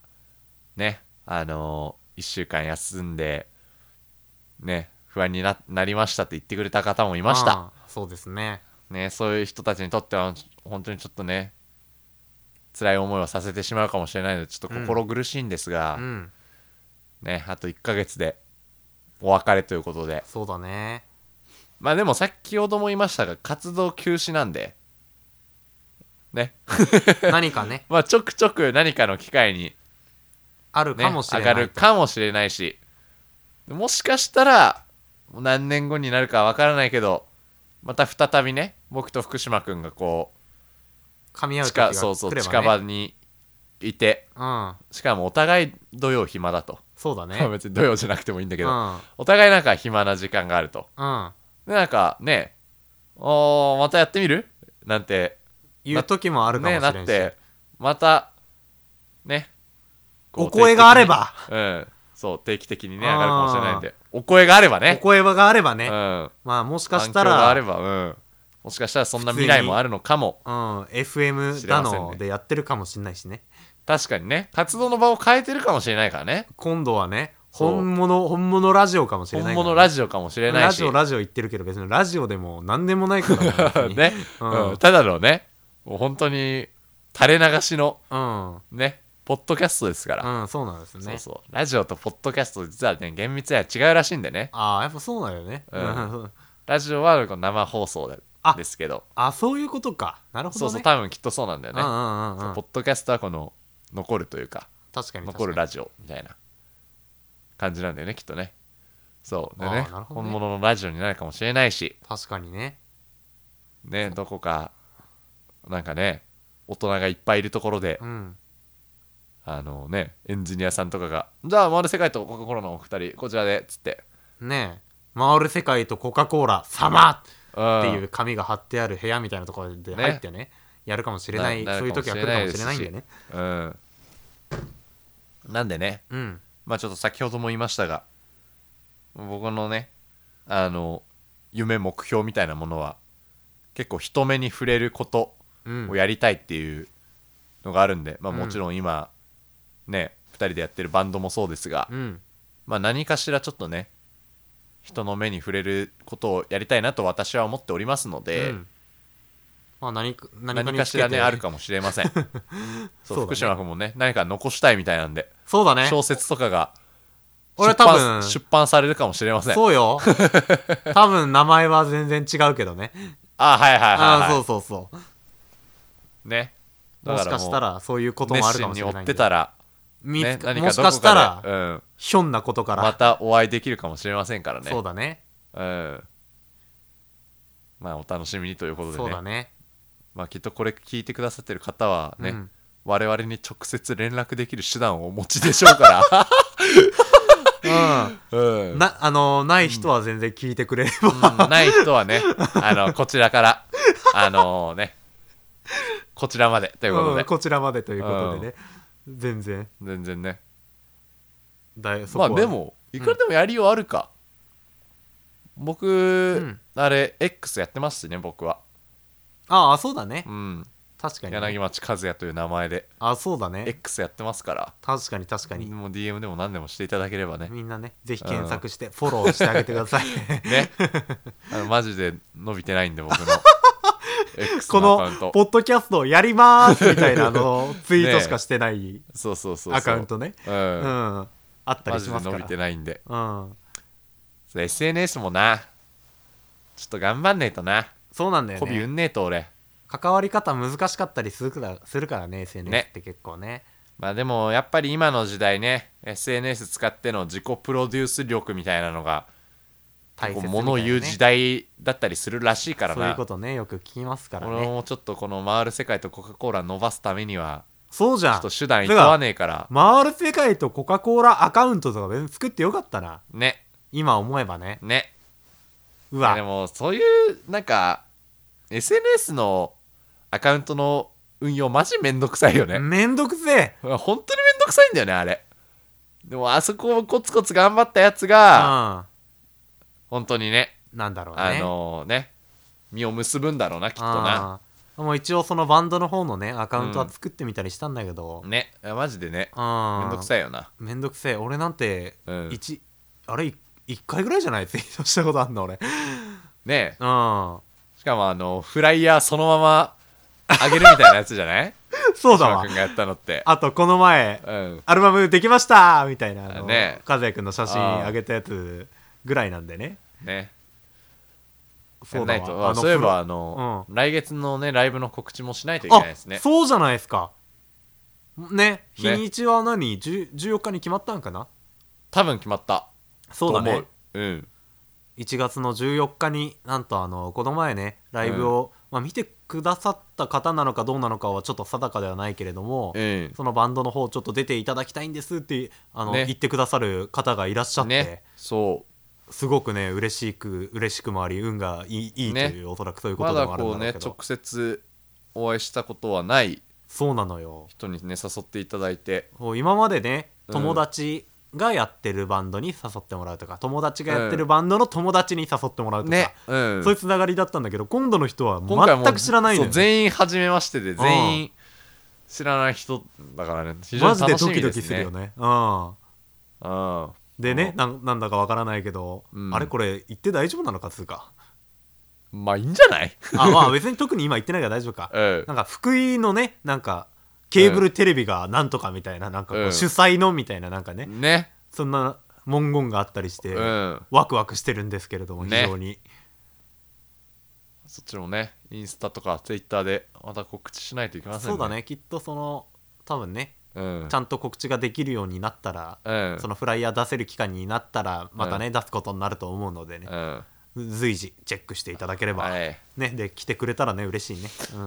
Speaker 1: ねあのー、1週間休んでね不安にななりましたって言ってくれた方もいました、
Speaker 2: ああそうですね
Speaker 1: ね、そういう人たちにとっては本当にちょっとね辛い思いをさせてしまうかもしれないのでちょっと心苦しいんですが、
Speaker 2: うん
Speaker 1: ね、あと1ヶ月でお別れということで
Speaker 2: そうだね
Speaker 1: まあでも先ほども言いましたが活動休止なんでね
Speaker 2: 何かね
Speaker 1: まあちょくちょく何かの機会に、
Speaker 2: ある
Speaker 1: ね、
Speaker 2: かもしれ
Speaker 1: 上
Speaker 2: な
Speaker 1: が
Speaker 2: い
Speaker 1: るかもしれないしもしかしたら何年後になるかわからないけどまた再びね僕と福島君がこ
Speaker 2: 噛み
Speaker 1: う
Speaker 2: 合う時
Speaker 1: 近,、
Speaker 2: が
Speaker 1: そうそう
Speaker 2: 来ればね
Speaker 1: 近場にいて
Speaker 2: うん
Speaker 1: しかもお互い土曜暇だと、
Speaker 2: そうだね
Speaker 1: 別に土曜じゃなくてもいいんだけ
Speaker 2: う
Speaker 1: ど、
Speaker 2: ん
Speaker 1: お互いなんか暇な時間があると
Speaker 2: うん
Speaker 1: でなんかねおーまたやってみるなんて
Speaker 2: 言う時もあるかもし
Speaker 1: ね
Speaker 2: れな
Speaker 1: ない
Speaker 2: し、
Speaker 1: ってまたねこう
Speaker 2: お声があれば
Speaker 1: 定期的にうんそう定期的にね上がるかもしれないんでお声があればね
Speaker 2: お声があれば
Speaker 1: う
Speaker 2: ね、
Speaker 1: ん
Speaker 2: まあもしか
Speaker 1: 環
Speaker 2: し
Speaker 1: 境
Speaker 2: た
Speaker 1: が
Speaker 2: ら
Speaker 1: あればうんもしかしたらそんな未来もあるのかも
Speaker 2: うん、
Speaker 1: 知
Speaker 2: FM
Speaker 1: れま
Speaker 2: だ
Speaker 1: せんね
Speaker 2: のでやってるかもしれないしね
Speaker 1: 確かにね活動の場を変えてるかもしれないからね
Speaker 2: 今度はね
Speaker 1: そう
Speaker 2: 本物本物ラジオかもしれな
Speaker 1: 本
Speaker 2: い
Speaker 1: 物ラ
Speaker 2: ジ
Speaker 1: ジオかもしれない
Speaker 2: ラ
Speaker 1: し
Speaker 2: ジオラジオ言ってるけど別にラジオでも何でもないから別 に
Speaker 1: ね、
Speaker 2: うん
Speaker 1: うんただのねもう本当に垂れ流しの
Speaker 2: うん、
Speaker 1: ねポッドキャストですから、
Speaker 2: うん、そうなんですね
Speaker 1: そうそうラジオとポッドキャスト実はね厳密には違うらしいんでね
Speaker 2: ああやっぱそうなんよね、
Speaker 1: う
Speaker 2: うんん、
Speaker 1: ラジオはこう生放送で
Speaker 2: あ
Speaker 1: ですけど
Speaker 2: あそういうことかなるほど、
Speaker 1: そ
Speaker 2: ね、
Speaker 1: うそう多分きっとそうなんだよね、
Speaker 2: うんうんうんうん
Speaker 1: ポッドキャストはこの残るというか
Speaker 2: 確かに確かに
Speaker 1: 残るラジオみたいな感じなんだよねきっとねそうで
Speaker 2: あ
Speaker 1: ね
Speaker 2: ーなるほどね
Speaker 1: 本物のラジオになるかもしれないし
Speaker 2: 確かにね
Speaker 1: ねどこかなんかね大人がいっぱいいるところで
Speaker 2: うん
Speaker 1: あのね、エンジニアさんとかが、じゃあ、回る世界とコカ・コーラのお二人、こちらで、つって。
Speaker 2: ねえ回る世界とコカ・コーラ様
Speaker 1: っ
Speaker 2: っていう紙が貼ってある部屋みたいなところで入ってねやるかもしれない
Speaker 1: なな
Speaker 2: そ
Speaker 1: る
Speaker 2: ういう
Speaker 1: かもし
Speaker 2: 時
Speaker 1: れ
Speaker 2: は
Speaker 1: な
Speaker 2: 来
Speaker 1: いです
Speaker 2: るかもしれ
Speaker 1: し
Speaker 2: ないんだよね
Speaker 1: うん。なんでね、
Speaker 2: うん
Speaker 1: まあちょっと先ほども言いましたが、僕のね、あの、夢、目標みたいなものは、結構人目に触れること
Speaker 2: うん
Speaker 1: をやりたいっていうのがあるんで、まあ
Speaker 2: うん
Speaker 1: もちろん今、ね、二人でやってるバンドもそうですが、
Speaker 2: うん
Speaker 1: まあ何かしらちょっとね、人の目に触れることをやりたいなと私は思っておりますので、
Speaker 2: うんまあ何か何か
Speaker 1: 何
Speaker 2: に
Speaker 1: か
Speaker 2: つ
Speaker 1: し
Speaker 2: け
Speaker 1: ら
Speaker 2: て
Speaker 1: ねあるかもしれませんそ う
Speaker 2: そうだね
Speaker 1: 福島君もね何か残したいみたいなんで
Speaker 2: そうだね
Speaker 1: 小説とかが
Speaker 2: 俺
Speaker 1: 出
Speaker 2: 多
Speaker 1: 版
Speaker 2: 分
Speaker 1: 出版されるかもしれませんあ
Speaker 2: そ うよ多分名前は全然違うけどね
Speaker 1: あはいはい
Speaker 2: あ
Speaker 1: はい
Speaker 2: あ
Speaker 1: は
Speaker 2: そうそうそう
Speaker 1: いねだ
Speaker 2: も
Speaker 1: か
Speaker 2: し
Speaker 1: ら
Speaker 2: か
Speaker 1: も
Speaker 2: し
Speaker 1: う
Speaker 2: たらそういうこともあ
Speaker 1: 熱
Speaker 2: るか
Speaker 1: 心に追
Speaker 2: もしれない
Speaker 1: っ
Speaker 2: ん
Speaker 1: て
Speaker 2: で
Speaker 1: たら
Speaker 2: 見
Speaker 1: ね
Speaker 2: つか
Speaker 1: 何
Speaker 2: も
Speaker 1: か
Speaker 2: し
Speaker 1: どこ
Speaker 2: かしたら
Speaker 1: か、でうん
Speaker 2: ひょんなことから、
Speaker 1: またお会いできるかもしれませんからね
Speaker 2: そうだね
Speaker 1: うんまあお楽しみにということで
Speaker 2: そう
Speaker 1: ね
Speaker 2: だね
Speaker 1: まあきっとこれ聞いてくださってる方はね、
Speaker 2: うん
Speaker 1: 我々に直接連絡できる手段をお持ちでしょうから、
Speaker 2: う
Speaker 1: うん
Speaker 2: ん、なあのない人は全然聞いてくれれば、
Speaker 1: うんない人はね、あの、こちらから、あのね、こちらまでということ
Speaker 2: う
Speaker 1: で
Speaker 2: ん、 こちらまでということでね、全然
Speaker 1: 全然ね。
Speaker 2: だいそこ
Speaker 1: ま
Speaker 2: は
Speaker 1: あでも、いくらでもやりようあるか。僕、
Speaker 2: ん
Speaker 1: あれ、X やってますしね、僕は。
Speaker 2: ああそうだね
Speaker 1: うん。
Speaker 2: 確かに、
Speaker 1: 柳町和也という名前で、
Speaker 2: あそうだね
Speaker 1: X やってますから、
Speaker 2: 確かに確かに
Speaker 1: もう DM でも何でもしていただければね。
Speaker 2: みんなねぜひ検索してフォローしてあげてくだ さい
Speaker 1: ね。あのマジで伸びてないんで、僕 の X
Speaker 2: こ
Speaker 1: のアカウン
Speaker 2: の
Speaker 1: ト。
Speaker 2: ポッドキャストをやりまーすみたいなあ のツイートしかしてない
Speaker 1: そうそうそうそう。
Speaker 2: アカウントね
Speaker 1: う。
Speaker 2: うんんあった
Speaker 1: マ
Speaker 2: りし
Speaker 1: ジ
Speaker 2: ま
Speaker 1: です
Speaker 2: か
Speaker 1: 伸び
Speaker 2: ら
Speaker 1: てないんで。
Speaker 2: うん
Speaker 1: そう SNS もなちょっと頑張んねえとな
Speaker 2: そうなんだよ
Speaker 1: 媚び
Speaker 2: ね
Speaker 1: うんねえと俺
Speaker 2: 関わり方難しかったりするからするからね SNS って結構ね
Speaker 1: まあでもやっぱり今の時代ね SNS 使っての自己プロデュース力みたいなのが
Speaker 2: 大切
Speaker 1: こう
Speaker 2: みたいなね
Speaker 1: 物言う時代だったりするらしいから
Speaker 2: そういう
Speaker 1: な
Speaker 2: ことねよく聞きますから
Speaker 1: 俺
Speaker 2: ね
Speaker 1: もちょっとこの回る世界とコカ・コーラ伸ばすためには
Speaker 2: そうじゃん
Speaker 1: ちょっと手段いとわねえから
Speaker 2: 回る世界とコカ・コーラアカウントとか別に作ってよかったな
Speaker 1: ね
Speaker 2: 今思えばね
Speaker 1: ね
Speaker 2: う
Speaker 1: いやで
Speaker 2: わ
Speaker 1: もそういうなんか SNS のアカウントの運用マジめんどくさいよね
Speaker 2: めんどくせえ
Speaker 1: 本当にめんどくさいんだよねあれでもあそこをコツコツ頑張ったやつ
Speaker 2: う
Speaker 1: が
Speaker 2: ん
Speaker 1: 本当にね
Speaker 2: なんだろうね
Speaker 1: あのね実を結ぶんだろうなきっとな
Speaker 2: あーもう一応そのバンドの方のねアカウントは作ってみたりしたんだけど、うん、
Speaker 1: ねマジでねめんどく
Speaker 2: い
Speaker 1: さいよな
Speaker 2: めんどくせえ俺なんて
Speaker 1: うん
Speaker 2: 一、あれい1回ぐらいじゃない ツイートしたことあんの俺
Speaker 1: ねえ
Speaker 2: うん
Speaker 1: しかもあのフライヤーそのままあげるみたいなやつじゃない
Speaker 2: そうだ
Speaker 1: 島
Speaker 2: わ
Speaker 1: 君がやったのって
Speaker 2: あとこの前
Speaker 1: うん
Speaker 2: アルバムできましたみたいなあの
Speaker 1: ね
Speaker 2: 和也くんの写真
Speaker 1: あー
Speaker 2: あげたやつぐらいなんでね
Speaker 1: ね
Speaker 2: そう
Speaker 1: ない
Speaker 2: だ
Speaker 1: と
Speaker 2: わ
Speaker 1: あ
Speaker 2: あの
Speaker 1: そういえばあの、来月のねライブの告知もしないといけない
Speaker 2: あ
Speaker 1: ですね
Speaker 2: そうじゃないですかね日にちは何、10 14日に決まったんかな
Speaker 1: 多分決まった
Speaker 2: そうだ
Speaker 1: と
Speaker 2: ね
Speaker 1: 思ううん
Speaker 2: 1月の14日になんとあのこの前ねライブを、まあ、見てくださった方なのかどうなのかはちょっと定かではないけれども、
Speaker 1: うん
Speaker 2: そのバンドの方ちょっと出ていただきたいんですってあの、
Speaker 1: ね
Speaker 2: 言ってくださる方がいらっしゃって、
Speaker 1: ねそう
Speaker 2: すごくね嬉しく嬉しくもあり運がいいいいと
Speaker 1: ね
Speaker 2: いう、おそらくそういうこ
Speaker 1: ま
Speaker 2: とで
Speaker 1: だ
Speaker 2: もある
Speaker 1: こうん
Speaker 2: だろ
Speaker 1: ね
Speaker 2: うけど、
Speaker 1: 直接お会いしたことはない
Speaker 2: そうなのよ
Speaker 1: 人にね誘っていただいて
Speaker 2: こう今までね
Speaker 1: うん
Speaker 2: 友達がやってるバンドに誘ってもらうとか友達がやって
Speaker 1: う
Speaker 2: る
Speaker 1: ん
Speaker 2: バンドの友達に誘ってもらうとか、
Speaker 1: ねうん
Speaker 2: そういうつながりだったんだけど今度の人は
Speaker 1: 今回も
Speaker 2: 全く知らないの
Speaker 1: そ
Speaker 2: よ
Speaker 1: う全員初めましてで全員知らない人だからね非常
Speaker 2: マ
Speaker 1: に
Speaker 2: ジで
Speaker 1: 楽し
Speaker 2: ド
Speaker 1: み
Speaker 2: キ
Speaker 1: で
Speaker 2: ド
Speaker 1: すね
Speaker 2: キするよね。うん
Speaker 1: うん
Speaker 2: でね
Speaker 1: う
Speaker 2: なん、なんだかわからないけど、
Speaker 1: うん
Speaker 2: あれこれ言って大丈夫なのかつう か。
Speaker 1: まあいいんじゃない
Speaker 2: あ、まあ別に特に今言ってないから大丈夫か。
Speaker 1: うん
Speaker 2: なんか福井のね、なんかケーブルテレビがなんとかみたいな、なんかこ
Speaker 1: う
Speaker 2: うん主催のみたいな、なんかね、
Speaker 1: ね
Speaker 2: そんな文言があったりして、
Speaker 1: うん
Speaker 2: ワクワクしてるんですけれども、非
Speaker 1: ね
Speaker 2: 常に。
Speaker 1: そっちもねインスタとかツイッターでまた告知しないといけませんね
Speaker 2: そうだね、きっとその、多分ね、
Speaker 1: うん
Speaker 2: ちゃんと告知ができるようになったら、
Speaker 1: うん
Speaker 2: そのフライヤー出せる期間になったら、またね、出すことになると思うのでね
Speaker 1: う、ん
Speaker 2: 随時チェックしていただければ。
Speaker 1: はい
Speaker 2: ね、で来てくれたらね嬉しいね、 うん、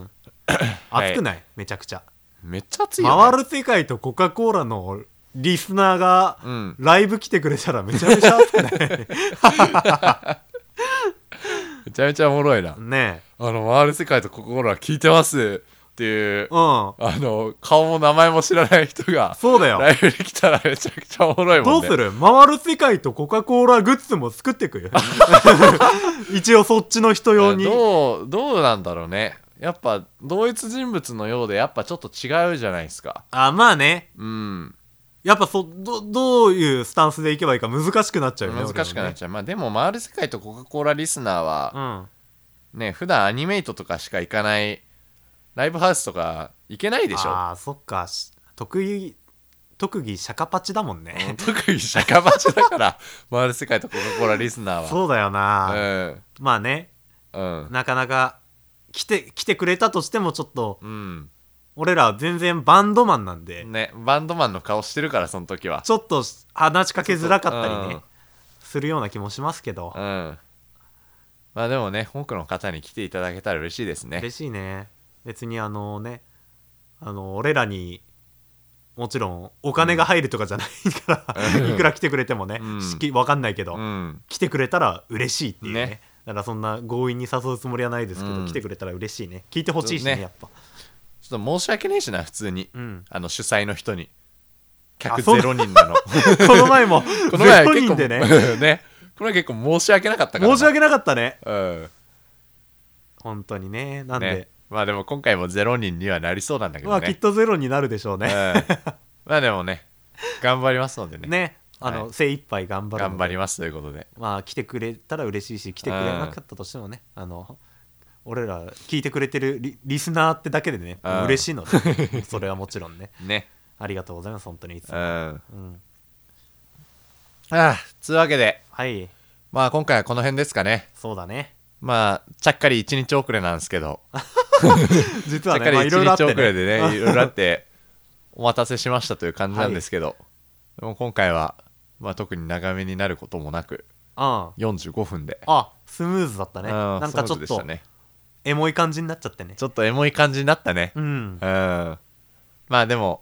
Speaker 1: はい
Speaker 2: 熱くないめちゃくちゃ、
Speaker 1: めっちゃ熱いよね
Speaker 2: 回る世界とコカ・コーラのリスナーが
Speaker 1: うん
Speaker 2: ライブ来てくれたらめ ちゃめちゃ熱くない
Speaker 1: めちゃめちゃおもろいな
Speaker 2: ね
Speaker 1: あの回る世界と心は聞いてますっていう
Speaker 2: うん
Speaker 1: あの顔も名前も知らない人が
Speaker 2: そうだよ
Speaker 1: ライブに来たら めちゃくちゃおもろいも
Speaker 2: ど
Speaker 1: ん
Speaker 2: う
Speaker 1: ね
Speaker 2: する回る世界とコカ・コーラグッズも作ってくよ 一応そっちの人用に
Speaker 1: どうどうなんだろうねやっぱ同一人物のようでやっぱちょっと違うじゃないですか
Speaker 2: あまあね
Speaker 1: うん
Speaker 2: やっぱそどどういうスタンスでいけばいいか難しくなっちゃうよね
Speaker 1: 難しくなっ
Speaker 2: ゃ
Speaker 1: ちゃう、まあでも「回る世界」と「コカ・コーラ」リスナーは、ね普段アニメイトとかしか行かないライブハウスとか行けない
Speaker 2: うん
Speaker 1: でしょ
Speaker 2: ああそっかし得意特技シャカパチだもんね、
Speaker 1: うん特に釈迦鉢だから「回る世界」と「コカ・コーラ」リスナーは
Speaker 2: そうだよな、
Speaker 1: う
Speaker 2: まあね
Speaker 1: んうん
Speaker 2: なかなか来て来てくれたとしてもちょっと
Speaker 1: うん
Speaker 2: 俺らは全然バンドマンなんで、
Speaker 1: ねバンドマンの顔してるからその時は
Speaker 2: ちょっと話しかけづらかったり
Speaker 1: う
Speaker 2: ね
Speaker 1: ん
Speaker 2: するような気もしますけど
Speaker 1: うんまあでもね多くの方に来ていただけたら嬉しいですね
Speaker 2: 嬉しいね別にあのねあの俺らにもちろんお金が入るとかじゃないから、
Speaker 1: うん
Speaker 2: いくら来てくれてもね、
Speaker 1: うん
Speaker 2: しきわかんないけど、
Speaker 1: うん
Speaker 2: 来てくれたら嬉しいっていうね
Speaker 1: ね
Speaker 2: だからそんな強引に誘うつもりはないですけど、
Speaker 1: うん
Speaker 2: 来てくれたら嬉しいね聞いてほしいし
Speaker 1: そう
Speaker 2: ね
Speaker 1: ね
Speaker 2: やっぱ
Speaker 1: ちょっと申し訳ねえしな普通に、
Speaker 2: うん
Speaker 1: あの主催の人に
Speaker 2: あ
Speaker 1: 客
Speaker 2: そう
Speaker 1: ゼロ人 なの
Speaker 2: この前も
Speaker 1: この前
Speaker 2: 0
Speaker 1: 結
Speaker 2: 人
Speaker 1: 構
Speaker 2: でね
Speaker 1: ねこれは結構申し訳なかったからな
Speaker 2: 申し訳なかったね
Speaker 1: うん
Speaker 2: 本当にねなんで、
Speaker 1: ねまあでも今回もゼロ人にはなりそうなんだけ
Speaker 2: ま
Speaker 1: ど
Speaker 2: あきっ
Speaker 1: ね、
Speaker 2: とゼロになるでしょうね、
Speaker 1: うん、まあでもね頑張りますのでね
Speaker 2: ねあの、
Speaker 1: は
Speaker 2: 精一杯頑張るので
Speaker 1: 頑張りますということで
Speaker 2: まあ来てくれたら嬉しいし来てくれなかったとしてもね、あの俺ら聞いてくれてるリリスナーってだけでね、
Speaker 1: うん
Speaker 2: 嬉しいの でそれはもちろんね
Speaker 1: ね
Speaker 2: ありがとうございます本当にいつ
Speaker 1: うん
Speaker 2: も、
Speaker 1: あ
Speaker 2: うん
Speaker 1: あつうわけで
Speaker 2: はい
Speaker 1: まあ今回はこの辺ですかね
Speaker 2: そうだね
Speaker 1: まあちゃっかり1日遅れなんですけ ど
Speaker 2: 実
Speaker 1: ちゃ
Speaker 2: は
Speaker 1: っか
Speaker 2: ね、
Speaker 1: り
Speaker 2: まあ、いろい
Speaker 1: 1
Speaker 2: ろあっ
Speaker 1: 日
Speaker 2: て、
Speaker 1: 遅
Speaker 2: ね、
Speaker 1: れで ね、いろいろあって、お待たせしましたという感じなんですけど、でも今回は、まあ、特に長めになることもなく、
Speaker 2: うん
Speaker 1: 45分で、
Speaker 2: あスムーズだったね
Speaker 1: うん
Speaker 2: なんかちょ
Speaker 1: スムーズ
Speaker 2: っ
Speaker 1: でした
Speaker 2: と
Speaker 1: ね、
Speaker 2: エモい感じになっちゃってね
Speaker 1: ちょっとエモい感じになったね。
Speaker 2: うん
Speaker 1: うん。まあでも、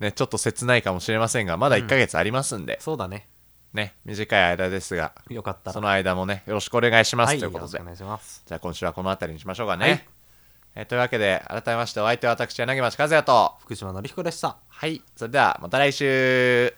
Speaker 1: ね、ちょっと切ないかもしれませんが、まだ1ヶ月ありますんで、
Speaker 2: そうだね
Speaker 1: ね、短い間ですが、
Speaker 2: よかったら
Speaker 1: その間もね、よろしくお願いします、
Speaker 2: はい
Speaker 1: とい
Speaker 2: よ
Speaker 1: うこ
Speaker 2: ろ
Speaker 1: と
Speaker 2: し
Speaker 1: で
Speaker 2: くお。願いします
Speaker 1: じゃあ今週はこの辺りにしましょうかね。
Speaker 2: はい
Speaker 1: えーというわけで、改めましてお相手は私、柳町和也と、
Speaker 2: 福島のりひこでした
Speaker 1: はい、それではまた来週